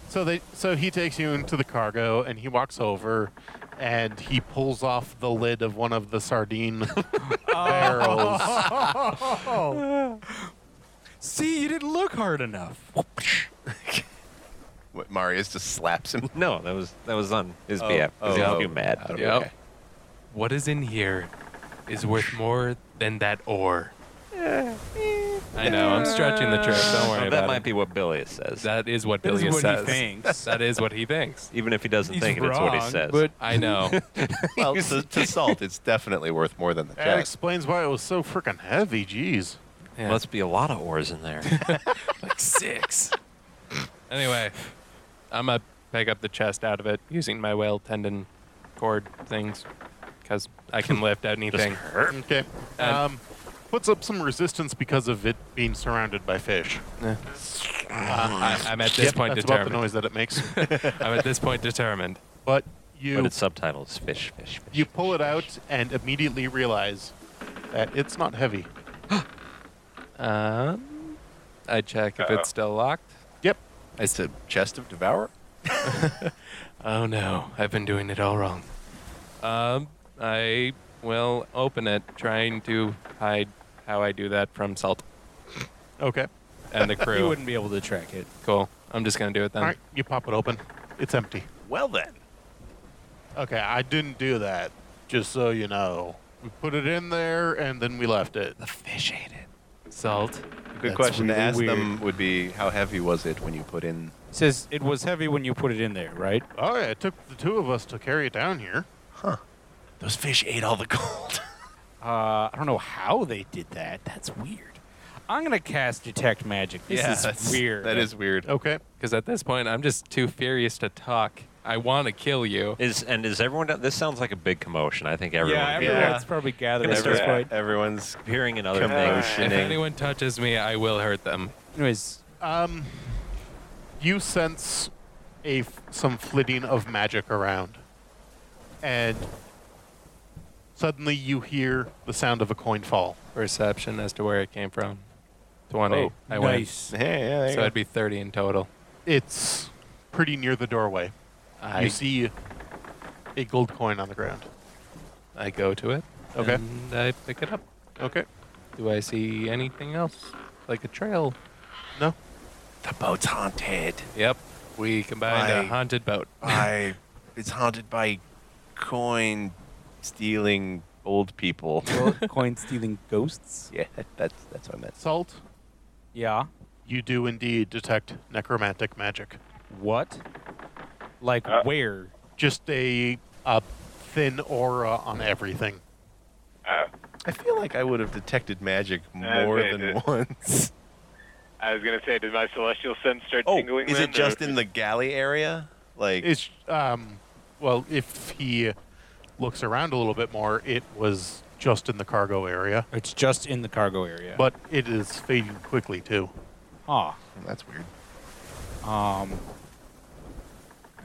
[SPEAKER 2] So they so he takes you into the cargo and he walks over and he pulls off the lid of one of the sardine barrels.
[SPEAKER 5] Oh.
[SPEAKER 4] See, you didn't look hard enough.
[SPEAKER 3] What, Marius just slaps him.
[SPEAKER 1] No, that was that was on his behalf.
[SPEAKER 3] oh,
[SPEAKER 1] He's
[SPEAKER 3] oh.
[SPEAKER 1] too mad.
[SPEAKER 5] Yep. What is in here is worth more than that ore. I know, I'm stretching the trip. Don't worry
[SPEAKER 1] Well,
[SPEAKER 5] about
[SPEAKER 1] that might
[SPEAKER 5] it.
[SPEAKER 1] be what Billy says.
[SPEAKER 5] That is what
[SPEAKER 4] That is
[SPEAKER 5] Billy
[SPEAKER 4] what
[SPEAKER 5] says.
[SPEAKER 4] he thinks.
[SPEAKER 5] That is what he thinks.
[SPEAKER 1] Even if he doesn't
[SPEAKER 4] He's
[SPEAKER 1] think it, it's what he
[SPEAKER 4] wrong,
[SPEAKER 1] says.
[SPEAKER 4] but-
[SPEAKER 5] I know.
[SPEAKER 3] Well, to, to salt, it's definitely worth more than the
[SPEAKER 2] That
[SPEAKER 3] chest.
[SPEAKER 2] explains why it was so freaking heavy. Jeez.
[SPEAKER 5] Yeah.
[SPEAKER 1] Must be a lot of oars in there.
[SPEAKER 5] like six. anyway, I'm gonna pick up the chest out of it using my whale tendon cord things because I can lift anything.
[SPEAKER 2] Okay. Um, puts up some resistance because of it being surrounded by fish.
[SPEAKER 5] I, I'm at this
[SPEAKER 2] Yep,
[SPEAKER 5] point
[SPEAKER 2] that's about the
[SPEAKER 5] determined.
[SPEAKER 2] noise that it makes.
[SPEAKER 5] I'm at this point determined.
[SPEAKER 2] but you
[SPEAKER 1] but its subtitle is fish, fish, fish.
[SPEAKER 2] you pull it out and immediately realize that it's not heavy.
[SPEAKER 5] Um, I check if
[SPEAKER 6] Uh-oh.
[SPEAKER 5] it's still locked.
[SPEAKER 2] Yep.
[SPEAKER 3] It's a chest of devour?
[SPEAKER 5] Oh no, I've been doing it all wrong. Um, I will open it, trying to hide how I do that from Salt Um,
[SPEAKER 2] Okay.
[SPEAKER 5] and the
[SPEAKER 4] You
[SPEAKER 5] crew.
[SPEAKER 4] wouldn't be able to track it.
[SPEAKER 5] cool. I'm just gonna do it then.
[SPEAKER 2] All right. You pop it open. It's empty.
[SPEAKER 3] Well then.
[SPEAKER 2] Okay, I didn't do that. Just so you know, we put it in there and then we left it.
[SPEAKER 1] the fish ate it.
[SPEAKER 5] Salt.
[SPEAKER 3] A good
[SPEAKER 2] That's
[SPEAKER 3] question to
[SPEAKER 2] really
[SPEAKER 3] ask
[SPEAKER 2] weird.
[SPEAKER 3] them would be how heavy was it when you put in?
[SPEAKER 4] It says it was heavy when you put it in there, right?
[SPEAKER 2] Oh yeah, it took the two of us to carry it down here.
[SPEAKER 3] Those fish ate all the gold.
[SPEAKER 4] Uh, I don't know how they did that. That's weird. I'm gonna cast detect magic. This is weird. Oh,
[SPEAKER 5] That is weird.
[SPEAKER 2] Okay.
[SPEAKER 5] Because at this point, I'm just too furious to talk. I want to kill you.
[SPEAKER 1] Is and is everyone? down- This sounds like a big commotion. I think everyone.
[SPEAKER 4] yeah,
[SPEAKER 1] would be
[SPEAKER 4] everyone's
[SPEAKER 1] there.
[SPEAKER 3] Yeah.
[SPEAKER 4] probably gathered
[SPEAKER 1] Gonna
[SPEAKER 4] at this
[SPEAKER 1] start-
[SPEAKER 4] point.
[SPEAKER 3] Everyone's
[SPEAKER 1] Hearing in other
[SPEAKER 3] Commotion.
[SPEAKER 1] things.
[SPEAKER 5] If
[SPEAKER 3] Kidding.
[SPEAKER 5] anyone touches me, I will hurt them.
[SPEAKER 4] Anyways,
[SPEAKER 2] Um, you sense a f- some flitting of magic around, and suddenly you hear the sound of a coin fall.
[SPEAKER 5] Perception as to where it came from. 20.
[SPEAKER 3] Oh,
[SPEAKER 5] I
[SPEAKER 4] nice.
[SPEAKER 3] Yeah, yeah. there
[SPEAKER 5] went.
[SPEAKER 3] you
[SPEAKER 5] So
[SPEAKER 3] go.
[SPEAKER 5] it'd be 30 in total.
[SPEAKER 2] It's pretty near the doorway.
[SPEAKER 5] I,
[SPEAKER 2] You see a gold coin on the ground.
[SPEAKER 5] I go to it.
[SPEAKER 2] Okay.
[SPEAKER 5] And I pick it up.
[SPEAKER 2] Okay.
[SPEAKER 5] Do I see anything else? Like a trail?
[SPEAKER 2] No.
[SPEAKER 3] the boat's haunted.
[SPEAKER 5] Yep. We combined a
[SPEAKER 3] I-
[SPEAKER 5] haunted boat.
[SPEAKER 3] I it's haunted by coin stealing old people.
[SPEAKER 4] Coin stealing ghosts.
[SPEAKER 3] yeah, that's that's what I meant.
[SPEAKER 2] Salt.
[SPEAKER 4] Yeah.
[SPEAKER 2] You do indeed detect necromantic magic.
[SPEAKER 4] What? Like
[SPEAKER 6] Uh,
[SPEAKER 4] where?
[SPEAKER 2] Just a, a thin aura on everything.
[SPEAKER 6] Uh,
[SPEAKER 3] I feel like I would have detected magic
[SPEAKER 6] Uh,
[SPEAKER 3] more
[SPEAKER 6] they
[SPEAKER 3] than
[SPEAKER 6] did.
[SPEAKER 3] once.
[SPEAKER 6] I was gonna say, did my celestial sense start
[SPEAKER 3] Oh,
[SPEAKER 6] tingling? uh,
[SPEAKER 3] is
[SPEAKER 6] then,
[SPEAKER 3] it just
[SPEAKER 6] or-
[SPEAKER 3] in the galley area? Like
[SPEAKER 2] It's um, well, if he looks around a little bit more, it was just in the cargo area,
[SPEAKER 4] It's just in the cargo area.
[SPEAKER 2] but it is fading quickly too.
[SPEAKER 4] ah,
[SPEAKER 3] that's weird.
[SPEAKER 4] um.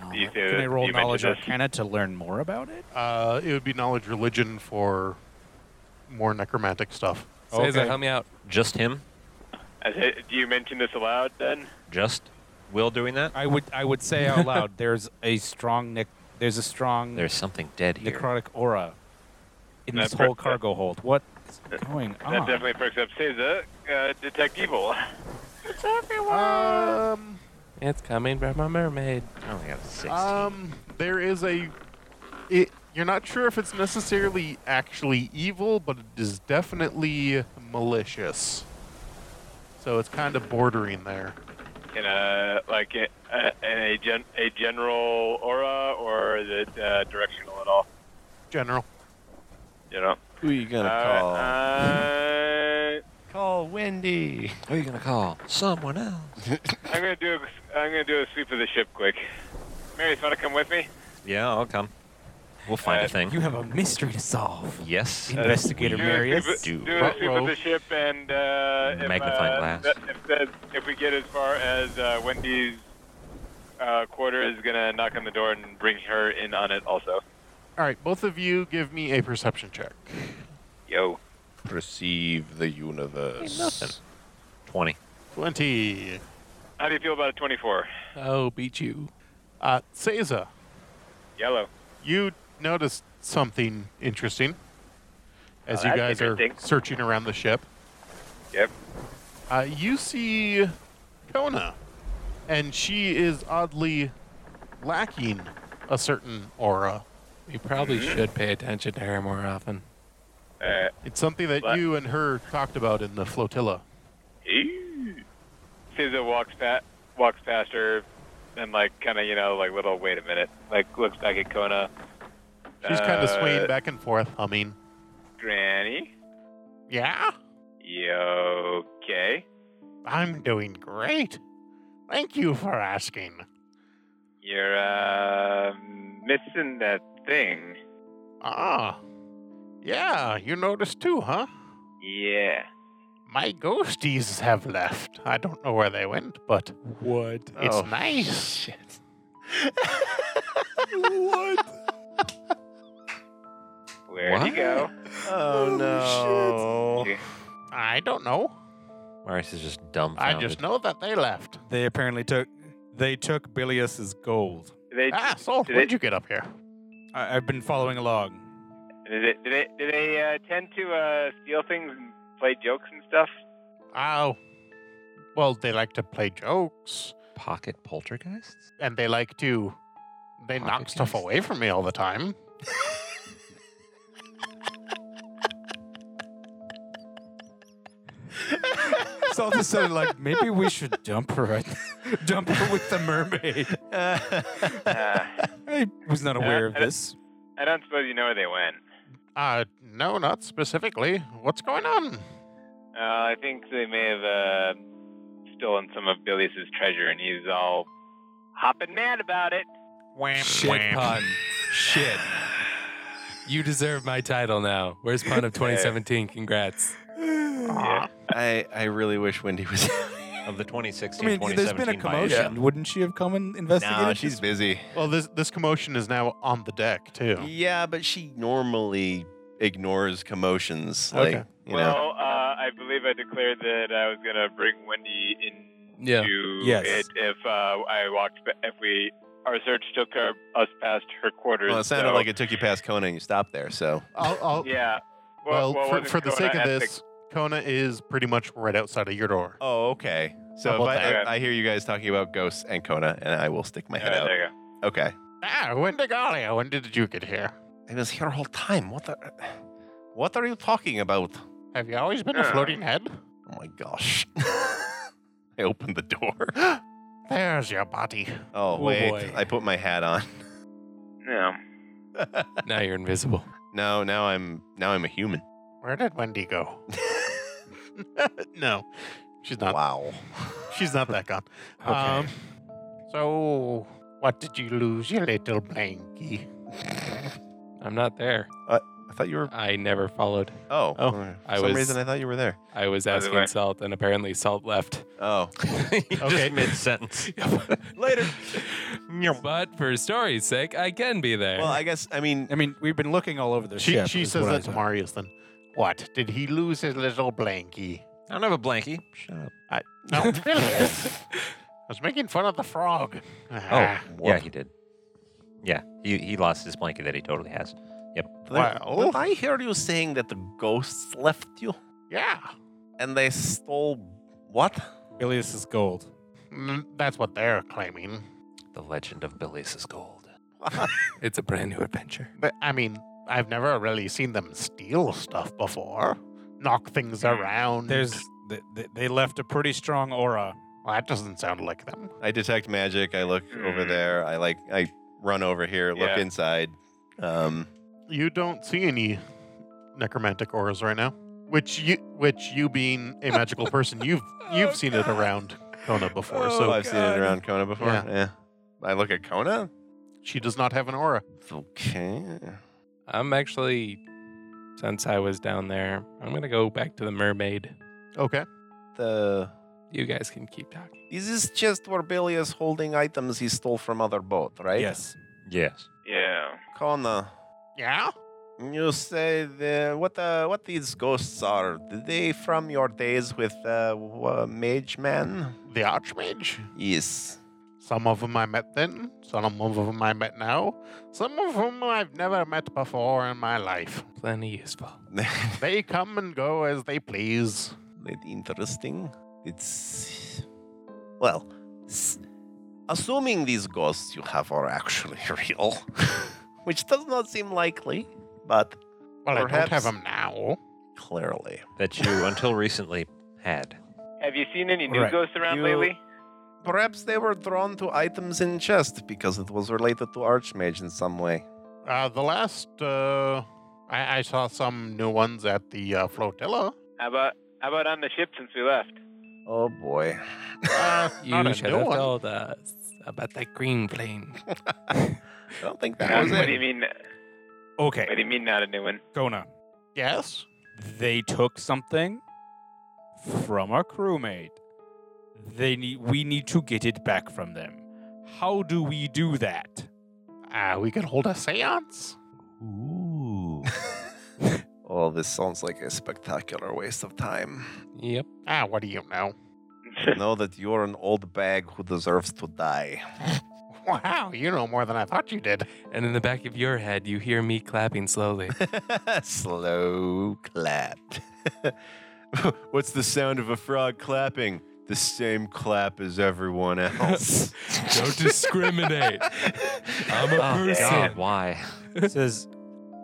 [SPEAKER 4] uh,
[SPEAKER 6] You
[SPEAKER 4] can
[SPEAKER 6] do-
[SPEAKER 4] I roll
[SPEAKER 6] you mentioned
[SPEAKER 4] knowledge
[SPEAKER 6] this.
[SPEAKER 4] arcana to learn more about it?
[SPEAKER 2] Uh, it would be knowledge religion for more necromantic stuff.
[SPEAKER 5] Caesar,
[SPEAKER 4] okay.
[SPEAKER 5] help me out.
[SPEAKER 1] Just him.
[SPEAKER 6] I said, do you mention this aloud then?
[SPEAKER 1] Just Will doing that.
[SPEAKER 4] I would I would say out loud. There's a strong nec- There's a strong
[SPEAKER 1] There's something dead here.
[SPEAKER 4] necrotic aura in
[SPEAKER 6] That
[SPEAKER 4] this
[SPEAKER 6] per-
[SPEAKER 4] whole cargo hold. What is going on?
[SPEAKER 6] That definitely perks up Seiza. Uh, detect evil.
[SPEAKER 2] Um,
[SPEAKER 5] It's coming from a mermaid.
[SPEAKER 1] I only got a 16.
[SPEAKER 4] Uh,
[SPEAKER 2] um, there is a. It, you're not sure if it's necessarily actually evil, but it is definitely malicious. So it's kind of bordering there.
[SPEAKER 6] In a like a, a, in a, gen, a general aura, or is it uh, directional at all?
[SPEAKER 2] General.
[SPEAKER 6] You know. uh,
[SPEAKER 3] Who are you gonna call?
[SPEAKER 6] Alright,
[SPEAKER 3] call Wendy.
[SPEAKER 1] Who are you gonna call? Someone else.
[SPEAKER 6] uh, I'm gonna do. A, I'm gonna do a sweep of the ship quick. Mary, you wanna come with me?
[SPEAKER 1] Yeah, I'll come. We'll find a
[SPEAKER 6] Uh,
[SPEAKER 1] thing.
[SPEAKER 4] You have a mystery to solve.
[SPEAKER 1] yes.
[SPEAKER 6] Uh,
[SPEAKER 4] Investigator
[SPEAKER 6] do
[SPEAKER 4] Marius.
[SPEAKER 6] a
[SPEAKER 1] Do.
[SPEAKER 6] sweep, of- do a
[SPEAKER 2] Front
[SPEAKER 6] sweep
[SPEAKER 2] row.
[SPEAKER 6] of the ship and uh, if,
[SPEAKER 1] Magnifying
[SPEAKER 6] uh,
[SPEAKER 1] glass.
[SPEAKER 6] that- If, that- if we get as far as uh, Wendy's uh, quarter, is gonna knock on the door and bring her in on it also.
[SPEAKER 2] All right, both of you give me a perception check.
[SPEAKER 6] Yo.
[SPEAKER 3] uh, Perceive the universe.
[SPEAKER 1] nothing. Twenty.
[SPEAKER 2] 20.
[SPEAKER 6] How do you feel about a 24?
[SPEAKER 2] Oh, beat you. Uh, Seiza,
[SPEAKER 6] Yellow.
[SPEAKER 2] you noticed something interesting as
[SPEAKER 6] Oh,
[SPEAKER 2] you
[SPEAKER 6] that's
[SPEAKER 2] guys are
[SPEAKER 6] interesting.
[SPEAKER 2] searching around the ship.
[SPEAKER 6] Yep.
[SPEAKER 2] Uh, you see Kona, and she is oddly lacking a certain aura.
[SPEAKER 5] We probably should pay attention to her more often.
[SPEAKER 6] Uh,
[SPEAKER 2] It's something that
[SPEAKER 6] What?
[SPEAKER 2] you and her talked about in the flotilla.
[SPEAKER 6] ew. SZA walks past, walks past her, and like kind of you know like little wait a minute, like looks back at Kona.
[SPEAKER 2] She's kind of
[SPEAKER 6] Uh,
[SPEAKER 2] swaying back and forth, humming.
[SPEAKER 6] Granny.
[SPEAKER 2] Yeah,
[SPEAKER 6] Yo. Okay.
[SPEAKER 2] I'm doing great. Thank you for asking.
[SPEAKER 6] You're uh, missing that thing.
[SPEAKER 2] Ah, yeah, you noticed too, huh?
[SPEAKER 6] Yeah.
[SPEAKER 2] My ghosties have left. I don't know where they went, but
[SPEAKER 5] What?
[SPEAKER 2] it's
[SPEAKER 3] Oh,
[SPEAKER 2] nice.
[SPEAKER 6] Where'd you
[SPEAKER 1] What?
[SPEAKER 6] go?
[SPEAKER 3] Oh, no.
[SPEAKER 2] I don't know.
[SPEAKER 1] Marius is just
[SPEAKER 2] I
[SPEAKER 1] dumbfounded.
[SPEAKER 2] just know that they left.
[SPEAKER 4] They apparently took they took Bilius's gold.
[SPEAKER 6] Did they,
[SPEAKER 2] Ah, so
[SPEAKER 6] did
[SPEAKER 2] when'd
[SPEAKER 6] they-
[SPEAKER 2] you get up here?
[SPEAKER 4] I, I've been following along.
[SPEAKER 6] did they, did they, did they uh, tend to uh, steal things and play jokes and stuff?
[SPEAKER 2] Oh, well, they like to play jokes,
[SPEAKER 1] pocket poltergeists.
[SPEAKER 2] and they like to. They knock
[SPEAKER 1] Pocket
[SPEAKER 2] stuff
[SPEAKER 1] cast.
[SPEAKER 2] away from me all the time.
[SPEAKER 4] So all of a sudden, like maybe we should dump her. Right dump her with the mermaid.
[SPEAKER 6] Uh,
[SPEAKER 4] I was not aware of this.
[SPEAKER 6] I don't suppose you know where they went.
[SPEAKER 2] Uh, no, not specifically. What's going on?
[SPEAKER 6] Uh, I think they may have uh, stolen some of Bilius's treasure, and he's all hopping mad about it.
[SPEAKER 5] Shit pun. Shit. You deserve my title now. Where's pun of 2017? Congrats.
[SPEAKER 6] Yeah.
[SPEAKER 3] I, I really wish Wendy was.
[SPEAKER 1] Of the 2016,
[SPEAKER 4] I mean, there's been a
[SPEAKER 1] 2017 buyout.
[SPEAKER 4] commotion. Wouldn't she have come and investigated?
[SPEAKER 3] no, she's busy.
[SPEAKER 2] Well, this this commotion is now on the deck too.
[SPEAKER 3] Yeah, but she normally ignores commotions. Like,
[SPEAKER 2] Okay.
[SPEAKER 3] you know.
[SPEAKER 6] Well, uh, I believe I declared that I was gonna bring Wendy in
[SPEAKER 5] Yeah.
[SPEAKER 6] to
[SPEAKER 4] Yes.
[SPEAKER 6] it if uh, I walked. ba- If we our search took our, us past her quarters.
[SPEAKER 3] Well, it sounded
[SPEAKER 6] so-
[SPEAKER 3] like it took you past Kona and you stopped there, so.
[SPEAKER 2] I'll, I'll,
[SPEAKER 6] Yeah.
[SPEAKER 2] well, for,
[SPEAKER 6] wasn't
[SPEAKER 2] for the
[SPEAKER 6] Kona
[SPEAKER 2] sake of
[SPEAKER 6] at the-
[SPEAKER 2] this, Kona is pretty much right outside of your door.
[SPEAKER 3] Oh, okay. So
[SPEAKER 2] How
[SPEAKER 3] if
[SPEAKER 2] about
[SPEAKER 3] I,
[SPEAKER 6] that?
[SPEAKER 3] I hear you guys talking about ghosts and Kona, and I will stick my head
[SPEAKER 6] yeah,
[SPEAKER 3] out.
[SPEAKER 6] there you go.
[SPEAKER 3] Okay.
[SPEAKER 2] Ah, when did Galia? When did you get here?
[SPEAKER 3] I was here whole time. What the? What are you talking about?
[SPEAKER 2] Have you always been
[SPEAKER 6] Yeah.
[SPEAKER 2] a floating head?
[SPEAKER 3] Oh my gosh! I opened the door.
[SPEAKER 2] There's your body.
[SPEAKER 3] Oh,
[SPEAKER 5] Oh,
[SPEAKER 3] wait,
[SPEAKER 5] boy.
[SPEAKER 3] I put my hat on.
[SPEAKER 6] No.
[SPEAKER 5] Now you're invisible.
[SPEAKER 3] No, now I'm now I'm a human.
[SPEAKER 2] Where did Wendy go? no, she's not.
[SPEAKER 3] wow.
[SPEAKER 2] She's not that gone. Um,
[SPEAKER 5] Okay.
[SPEAKER 2] so, what did you lose, you little blankie?
[SPEAKER 5] I'm not there.
[SPEAKER 3] I thought you were.
[SPEAKER 5] I never followed.
[SPEAKER 3] Oh,
[SPEAKER 5] Oh,
[SPEAKER 3] for
[SPEAKER 5] I
[SPEAKER 3] some
[SPEAKER 5] was-
[SPEAKER 3] reason I thought you were there.
[SPEAKER 5] I was
[SPEAKER 6] By the way.
[SPEAKER 5] asking Salt, and apparently Salt left.
[SPEAKER 3] Oh,
[SPEAKER 2] Okay.
[SPEAKER 1] Just mid sentence.
[SPEAKER 5] Later. but for story's sake, I can be there.
[SPEAKER 3] well, I guess I mean
[SPEAKER 4] I mean, we've been looking all over the
[SPEAKER 2] She,
[SPEAKER 4] ship.
[SPEAKER 2] she
[SPEAKER 4] is
[SPEAKER 2] says
[SPEAKER 4] what I
[SPEAKER 2] that to
[SPEAKER 4] thought.
[SPEAKER 2] Marius then. What? Did he lose his little blankie?
[SPEAKER 1] I don't have a blankie. Shut up.
[SPEAKER 2] No, really? Oh. I was making fun of the frog.
[SPEAKER 1] Oh,
[SPEAKER 2] Ah,
[SPEAKER 1] yeah, he did. Yeah, he, he lost his blanket that he totally has.
[SPEAKER 3] did I-
[SPEAKER 2] Well-
[SPEAKER 3] did I hear you saying that the ghosts left you
[SPEAKER 2] yeah.
[SPEAKER 3] and they stole what?
[SPEAKER 4] Bilius's gold.
[SPEAKER 2] Mm, That's what they're claiming.
[SPEAKER 1] The legend of Bilius's gold.
[SPEAKER 5] it's a brand new adventure.
[SPEAKER 2] But I mean, I've never really seen them steal stuff before, knock things around.
[SPEAKER 4] There's they, they left a pretty strong aura.
[SPEAKER 2] Well, that doesn't sound like them.
[SPEAKER 3] I detect magic. I look over
[SPEAKER 6] Hmm.
[SPEAKER 3] there. I like. I run over here. Look
[SPEAKER 6] Yeah.
[SPEAKER 3] inside. Um,
[SPEAKER 2] You don't see any necromantic auras right now, which you, which you being a magical person, you've you've seen it around Kona before,
[SPEAKER 3] Oh,
[SPEAKER 2] so
[SPEAKER 3] I've seen it around Kona before.
[SPEAKER 2] Yeah.
[SPEAKER 3] Yeah. I look at Kona.
[SPEAKER 2] she does not have an aura.
[SPEAKER 3] Okay.
[SPEAKER 5] I'm actually, since I was down there, I'm gonna go back to the mermaid.
[SPEAKER 2] Okay.
[SPEAKER 3] The
[SPEAKER 5] You guys can keep talking.
[SPEAKER 3] this is just where Billy is holding items he stole from other boat, right?
[SPEAKER 5] Yes.
[SPEAKER 1] Yes.
[SPEAKER 6] Yeah.
[SPEAKER 3] Kona,
[SPEAKER 2] Yeah.
[SPEAKER 3] you say the what the what these ghosts are? Did they from your days with uh, w- uh, Mage Man?
[SPEAKER 2] The Archmage.
[SPEAKER 3] Yes.
[SPEAKER 2] Some of them I met then. Some of them I met now. Some of them I've never met before in my life.
[SPEAKER 5] Plenty useful.
[SPEAKER 3] That
[SPEAKER 2] They come and go as they please.
[SPEAKER 3] interesting. It's well, s- assuming these ghosts you have are actually real, which does not seem likely, but
[SPEAKER 2] Well, I don't have
[SPEAKER 3] Perhaps-
[SPEAKER 2] them now.
[SPEAKER 3] clearly.
[SPEAKER 1] That you, until recently, had.
[SPEAKER 6] Have you seen any new
[SPEAKER 4] Right.
[SPEAKER 6] ghosts around
[SPEAKER 3] You-
[SPEAKER 6] lately?
[SPEAKER 3] Perhaps they were drawn to items in chest because it was related to Archmage in some way.
[SPEAKER 2] Uh, the last uh, I, I saw some new ones at the uh, flotilla.
[SPEAKER 6] How about how about on the ship since we left?
[SPEAKER 3] Oh boy.
[SPEAKER 2] Uh, not a
[SPEAKER 5] You should
[SPEAKER 2] new
[SPEAKER 5] have
[SPEAKER 2] one.
[SPEAKER 5] told us about that green plane.
[SPEAKER 3] I don't think
[SPEAKER 6] Uh,
[SPEAKER 3] that was
[SPEAKER 6] what do you
[SPEAKER 3] it.
[SPEAKER 6] mean? What
[SPEAKER 4] Okay,
[SPEAKER 6] do you mean not a new one?
[SPEAKER 4] Kona.
[SPEAKER 2] Yes.
[SPEAKER 4] They took something from a crewmate. They need. We need to get it back from them. How do we do that?
[SPEAKER 2] Uh, we could hold a seance.
[SPEAKER 5] Ooh.
[SPEAKER 3] Oh, this sounds like a spectacular waste of time.
[SPEAKER 5] yep.
[SPEAKER 2] Ah, what do you know?
[SPEAKER 3] You know that you're an old bag who deserves to die.
[SPEAKER 2] Wow, you know more than I thought you did.
[SPEAKER 5] And in the back of your head, you hear me clapping slowly.
[SPEAKER 3] Slow clap. What's the sound of a frog clapping? The same clap as everyone else.
[SPEAKER 5] Don't discriminate.
[SPEAKER 3] Um,
[SPEAKER 5] I'm a
[SPEAKER 1] Oh,
[SPEAKER 5] person.
[SPEAKER 1] God, why?
[SPEAKER 4] It says,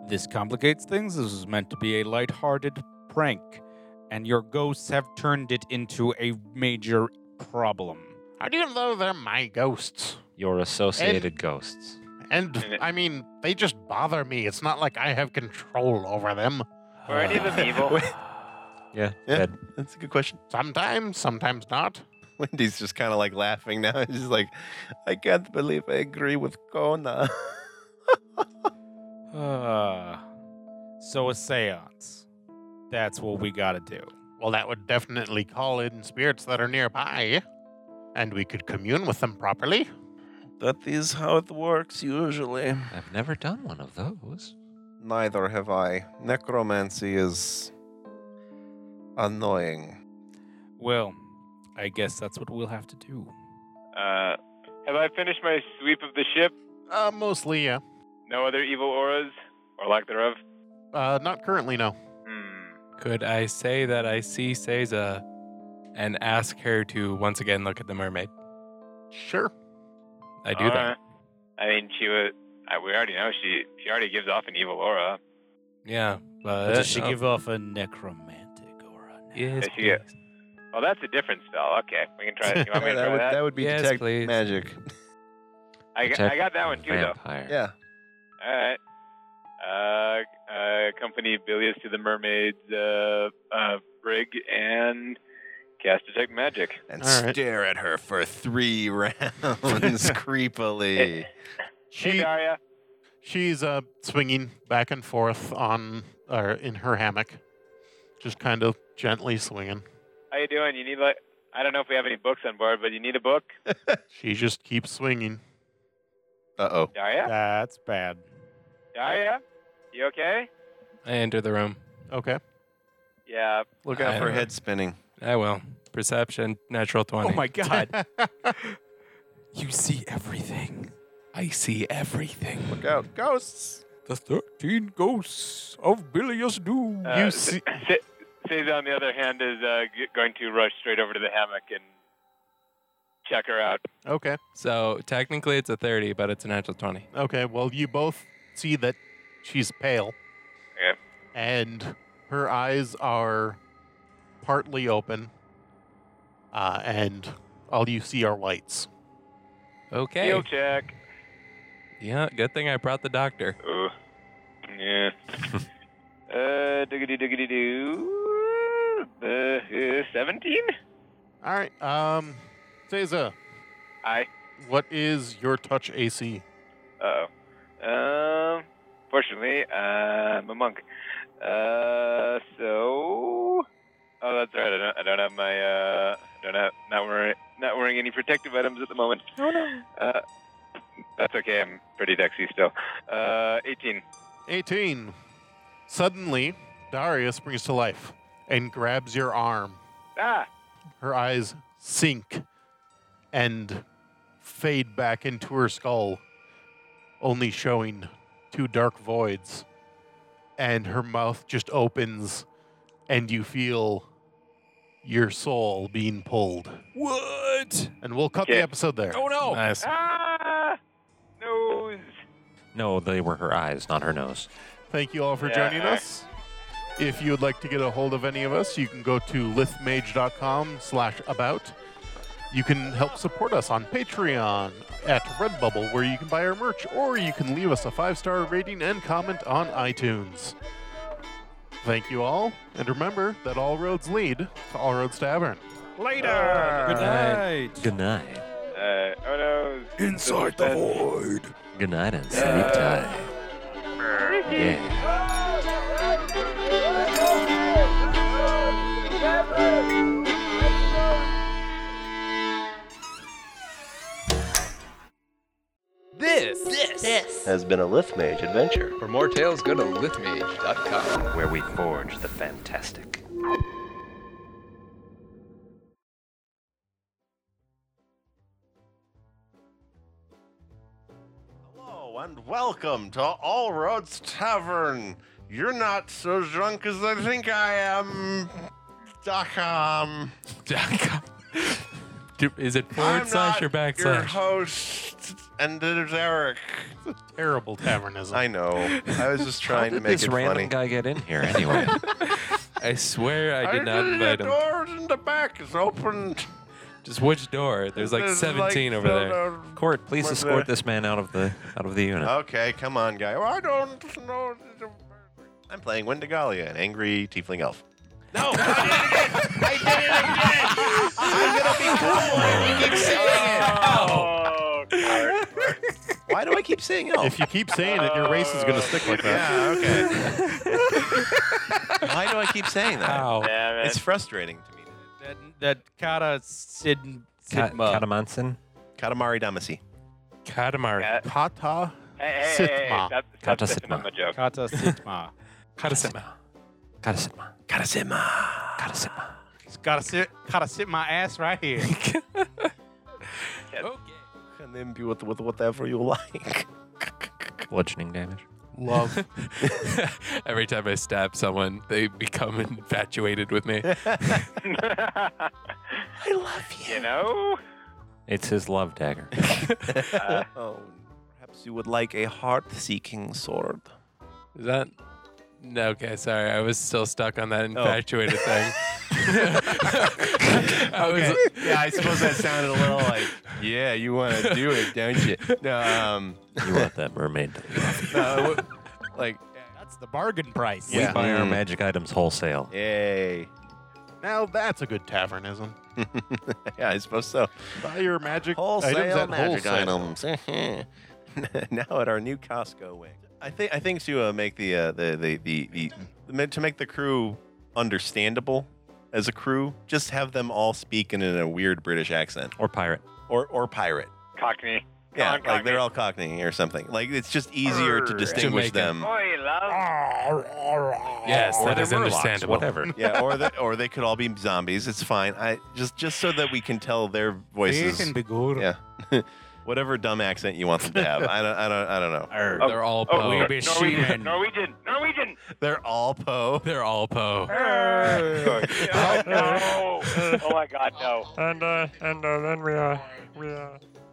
[SPEAKER 4] This complicates things. This was meant to be a lighthearted prank, and your ghosts have turned it into a major problem.
[SPEAKER 2] How do you know they're my ghosts?
[SPEAKER 1] Your associated ghosts.
[SPEAKER 2] And
[SPEAKER 6] And it-
[SPEAKER 2] I mean, they just bother me. It's not like I have control over them.
[SPEAKER 6] Were any of them evil?
[SPEAKER 3] Wait,
[SPEAKER 1] Yeah.
[SPEAKER 3] Yeah.
[SPEAKER 1] Dead.
[SPEAKER 3] That's a good question.
[SPEAKER 2] Sometimes, sometimes not.
[SPEAKER 3] Wendy's just kind of like laughing now. She's like, I can't believe I agree with Kona.
[SPEAKER 4] Uh, so, a seance. That's what we gotta do.
[SPEAKER 2] Well, that would definitely call in spirits that are nearby, and we could commune with them properly.
[SPEAKER 3] that is how it works usually.
[SPEAKER 1] I've never done one of those.
[SPEAKER 3] Neither have I. Necromancy is annoying.
[SPEAKER 4] Well, I guess that's what we'll have to do.
[SPEAKER 6] Uh, have I finished my sweep of the ship?
[SPEAKER 2] Uh, mostly, yeah.
[SPEAKER 6] No other evil auras or lack thereof.
[SPEAKER 2] Uh, not currently, no.
[SPEAKER 6] Hmm.
[SPEAKER 5] Could I say that I see Seiza and ask her to once again look at the mermaid?
[SPEAKER 2] Sure.
[SPEAKER 5] I do that.
[SPEAKER 6] Alright. uh, I mean, she was. I, we already know she. She already gives off an evil aura.
[SPEAKER 5] Yeah, but
[SPEAKER 4] Does she
[SPEAKER 5] Oh,
[SPEAKER 4] give off a necromantic or a
[SPEAKER 5] Yes,
[SPEAKER 6] Does she get-
[SPEAKER 5] please.
[SPEAKER 6] Well, that's a different spell. Okay, we can try. You want me to
[SPEAKER 3] that,
[SPEAKER 6] try
[SPEAKER 3] would,
[SPEAKER 6] that?
[SPEAKER 3] that would be
[SPEAKER 5] Yes,
[SPEAKER 3] detect
[SPEAKER 5] please.
[SPEAKER 3] magic.
[SPEAKER 6] I, got, I got that one too, though.
[SPEAKER 1] Vampire.
[SPEAKER 3] Yeah.
[SPEAKER 6] All right. Uh, uh, accompany Bilius to the mermaid's uh, uh, brig and cast detect magic.
[SPEAKER 3] And
[SPEAKER 2] All right.
[SPEAKER 3] stare at her for three rounds creepily.
[SPEAKER 6] Hey,
[SPEAKER 2] She
[SPEAKER 6] Daria.
[SPEAKER 2] she's uh swinging back and forth on or in her hammock, just kind of gently swinging.
[SPEAKER 6] How you doing? You need like I don't know if we have any books on board, but you need a book,
[SPEAKER 2] She just keeps swinging.
[SPEAKER 3] Uh oh.
[SPEAKER 6] Daria.
[SPEAKER 4] That's bad.
[SPEAKER 6] Daria, you okay?
[SPEAKER 5] I enter the room.
[SPEAKER 2] Okay.
[SPEAKER 6] Yeah.
[SPEAKER 3] Look out
[SPEAKER 5] I
[SPEAKER 3] for
[SPEAKER 5] don't-
[SPEAKER 3] head spinning.
[SPEAKER 5] I will. Perception, natural 20.
[SPEAKER 4] Oh my god.
[SPEAKER 5] You see everything. I see everything.
[SPEAKER 3] Look out. Ghosts.
[SPEAKER 5] The 13 ghosts of Bilious Doom.
[SPEAKER 6] Uh,
[SPEAKER 2] you see,
[SPEAKER 6] S- Seiza, on the other hand, is uh, g- going to rush straight over to the hammock and check her out.
[SPEAKER 2] okay,
[SPEAKER 5] So technically it's a 30, but it's a natural 20.
[SPEAKER 2] okay. Well, you both see that she's pale.
[SPEAKER 6] Okay.
[SPEAKER 2] And her eyes are partly open, uh, and all you see are lights.
[SPEAKER 5] Okay.
[SPEAKER 6] Heal check.
[SPEAKER 5] Yeah, good thing I brought the doctor.
[SPEAKER 6] Ooh. Yeah. Uh, diggity diggity doo. Uh, seventeen.
[SPEAKER 2] All right. Um, Seiza,
[SPEAKER 6] Aye.
[SPEAKER 2] what is your touch AC?
[SPEAKER 6] Uh oh. Um. Fortunately, uh, I'm a monk. Uh. So. Oh, that's all right. I don't. I don't have my. Uh. I don't have. Not wearing. Not wearing any protective items at the moment. No, no. Uh. That's okay. I'm pretty dexy still. Uh. 18.
[SPEAKER 2] 18. Suddenly, Daria springs to life and grabs your arm.
[SPEAKER 6] Ah.
[SPEAKER 2] Her eyes sink and fade back into her skull, only showing two dark voids. And her mouth just opens, and you feel your soul being pulled.
[SPEAKER 5] What?
[SPEAKER 2] And we'll cut the
[SPEAKER 6] Okay.
[SPEAKER 2] episode there.
[SPEAKER 5] Oh no!
[SPEAKER 4] Nice.
[SPEAKER 6] Ah. Nose.
[SPEAKER 1] No, they were her eyes, not her nose.
[SPEAKER 2] Thank you all for
[SPEAKER 6] Yeah,
[SPEAKER 2] joining
[SPEAKER 6] all right.
[SPEAKER 2] us. If you would like to get a hold of any of us, you can go to lithmage.com slash about. You can help support us on Patreon at Redbubble, where you can buy our merch, or you can leave us a five-star rating and comment on iTunes. Thank you all, and remember that all roads lead to All Roads Tavern.
[SPEAKER 4] Later.
[SPEAKER 1] Good
[SPEAKER 4] Good
[SPEAKER 1] night.
[SPEAKER 4] night.
[SPEAKER 1] Good night.
[SPEAKER 6] Uh. Oh no.
[SPEAKER 7] Inside the void.
[SPEAKER 1] Good night and sleep
[SPEAKER 6] Yeah.
[SPEAKER 1] tight. Yeah.
[SPEAKER 8] This, this, this
[SPEAKER 7] Has been a Lith Mage adventure.
[SPEAKER 8] For more tales, go to lithmage.com.
[SPEAKER 1] Where we forge the fantastic.
[SPEAKER 3] Hello and welcome to All Roads Tavern. You're not so drunk as I think I am. Dakam.
[SPEAKER 5] Do- Is it forward
[SPEAKER 3] I'm
[SPEAKER 5] slash or
[SPEAKER 3] not Your
[SPEAKER 5] backslash?
[SPEAKER 3] host, and there's Eric.
[SPEAKER 2] Terrible tavernism.
[SPEAKER 3] I know. I was just trying to
[SPEAKER 1] Did
[SPEAKER 3] make
[SPEAKER 1] this
[SPEAKER 3] it
[SPEAKER 1] random
[SPEAKER 3] funny.
[SPEAKER 1] guy get in here anyway?
[SPEAKER 5] I swear I did not
[SPEAKER 3] the
[SPEAKER 5] invite him.
[SPEAKER 3] door in the back is opened.
[SPEAKER 5] Just which door? There's like 17 over
[SPEAKER 3] no,
[SPEAKER 5] there.
[SPEAKER 3] no.
[SPEAKER 1] Court, please
[SPEAKER 3] Where's
[SPEAKER 1] escort
[SPEAKER 3] the-
[SPEAKER 1] this man out of the out of the unit.
[SPEAKER 3] Okay, come on, guy. I don't know. I'm playing Wendigalia, an angry tiefling elf. No, I did it again. I did it again. I'm gonna become one. You keep
[SPEAKER 6] Oh. God.
[SPEAKER 3] saying it. Why do I keep saying elf?
[SPEAKER 2] If you keep saying it, your race is going to stick like that.
[SPEAKER 3] Yeah, okay. Why do I keep saying that?
[SPEAKER 4] Wow.
[SPEAKER 6] Damn it.
[SPEAKER 3] It's frustrating to me.
[SPEAKER 4] That that Kata Sid
[SPEAKER 1] Ka-
[SPEAKER 4] Sidma.
[SPEAKER 1] Katamanson?
[SPEAKER 3] Katamari Damacy.
[SPEAKER 5] Katamari.
[SPEAKER 6] Cat-
[SPEAKER 2] Kata.
[SPEAKER 6] Hey, hey, hey, hey,
[SPEAKER 2] Sitma.
[SPEAKER 6] that's,
[SPEAKER 1] Kata
[SPEAKER 6] that's
[SPEAKER 1] Sitma.
[SPEAKER 6] my joke.
[SPEAKER 4] Kata Sidma.
[SPEAKER 5] Katasima.
[SPEAKER 1] Katasitma.
[SPEAKER 3] Karasima.
[SPEAKER 1] Katasitma.
[SPEAKER 4] It's gotta sit, gotta sit my ass right here.
[SPEAKER 3] And then be with, with whatever you like.
[SPEAKER 1] Bludgeoning damage.
[SPEAKER 2] Love.
[SPEAKER 5] Every time I stab someone, they become infatuated with me.
[SPEAKER 3] I love
[SPEAKER 6] you know?
[SPEAKER 1] It's his love dagger.
[SPEAKER 3] Oh, perhaps you would like a heart-seeking sword.
[SPEAKER 5] Is that? No, okay, sorry. I was still stuck
[SPEAKER 3] Oh.
[SPEAKER 5] on that infatuated thing. I was-
[SPEAKER 3] yeah, I suppose that sounded a little like, yeah, you want to do it, don't you? No, um,
[SPEAKER 1] You want that mermaid. to leave.
[SPEAKER 3] no, it wa- like,
[SPEAKER 4] That's the bargain price.
[SPEAKER 1] We
[SPEAKER 3] Yeah.
[SPEAKER 1] buy our
[SPEAKER 3] Mm.
[SPEAKER 1] magic items wholesale.
[SPEAKER 3] yay.
[SPEAKER 2] now that's a good tavernism.
[SPEAKER 3] Yeah, I suppose so.
[SPEAKER 2] Buy your magic items
[SPEAKER 3] Wholesale
[SPEAKER 2] at
[SPEAKER 3] magic
[SPEAKER 2] wholesale.
[SPEAKER 3] items. now at our new Costco wing. I think I think to uh, make the, uh, the, the, the, the the ma- to make the crew understandable as a crew, just have them all speaking in a weird British accent
[SPEAKER 1] Or pirate.
[SPEAKER 3] or or pirate.
[SPEAKER 6] Cockney. Come
[SPEAKER 3] Yeah,
[SPEAKER 6] on,
[SPEAKER 3] like
[SPEAKER 6] Cockney.
[SPEAKER 3] they're all Cockney or something. Like it's just easier to
[SPEAKER 6] Err.
[SPEAKER 3] distinguish
[SPEAKER 5] Jamaican.
[SPEAKER 3] them.
[SPEAKER 6] Oi, love.
[SPEAKER 5] yes,
[SPEAKER 1] Or
[SPEAKER 5] that
[SPEAKER 1] they're
[SPEAKER 5] is
[SPEAKER 1] Murlocs,
[SPEAKER 5] understandable.
[SPEAKER 1] Whatever.
[SPEAKER 3] yeah, or the, or they could all be zombies. It's fine. I just just so that we can tell their voices.
[SPEAKER 4] Yeah.
[SPEAKER 3] Yeah, whatever dumb accent you want them to have. I don't I don't I don't know.
[SPEAKER 5] They're all
[SPEAKER 6] Oh,
[SPEAKER 5] Poe.
[SPEAKER 4] we-
[SPEAKER 6] Norwegian. Norwegian. Norwegian. Norwegian.
[SPEAKER 3] They're all Poe.
[SPEAKER 5] They're all Poe.
[SPEAKER 6] Err. Oh, no. Oh, my God, no.
[SPEAKER 9] And uh, and uh, then we uh, we uh,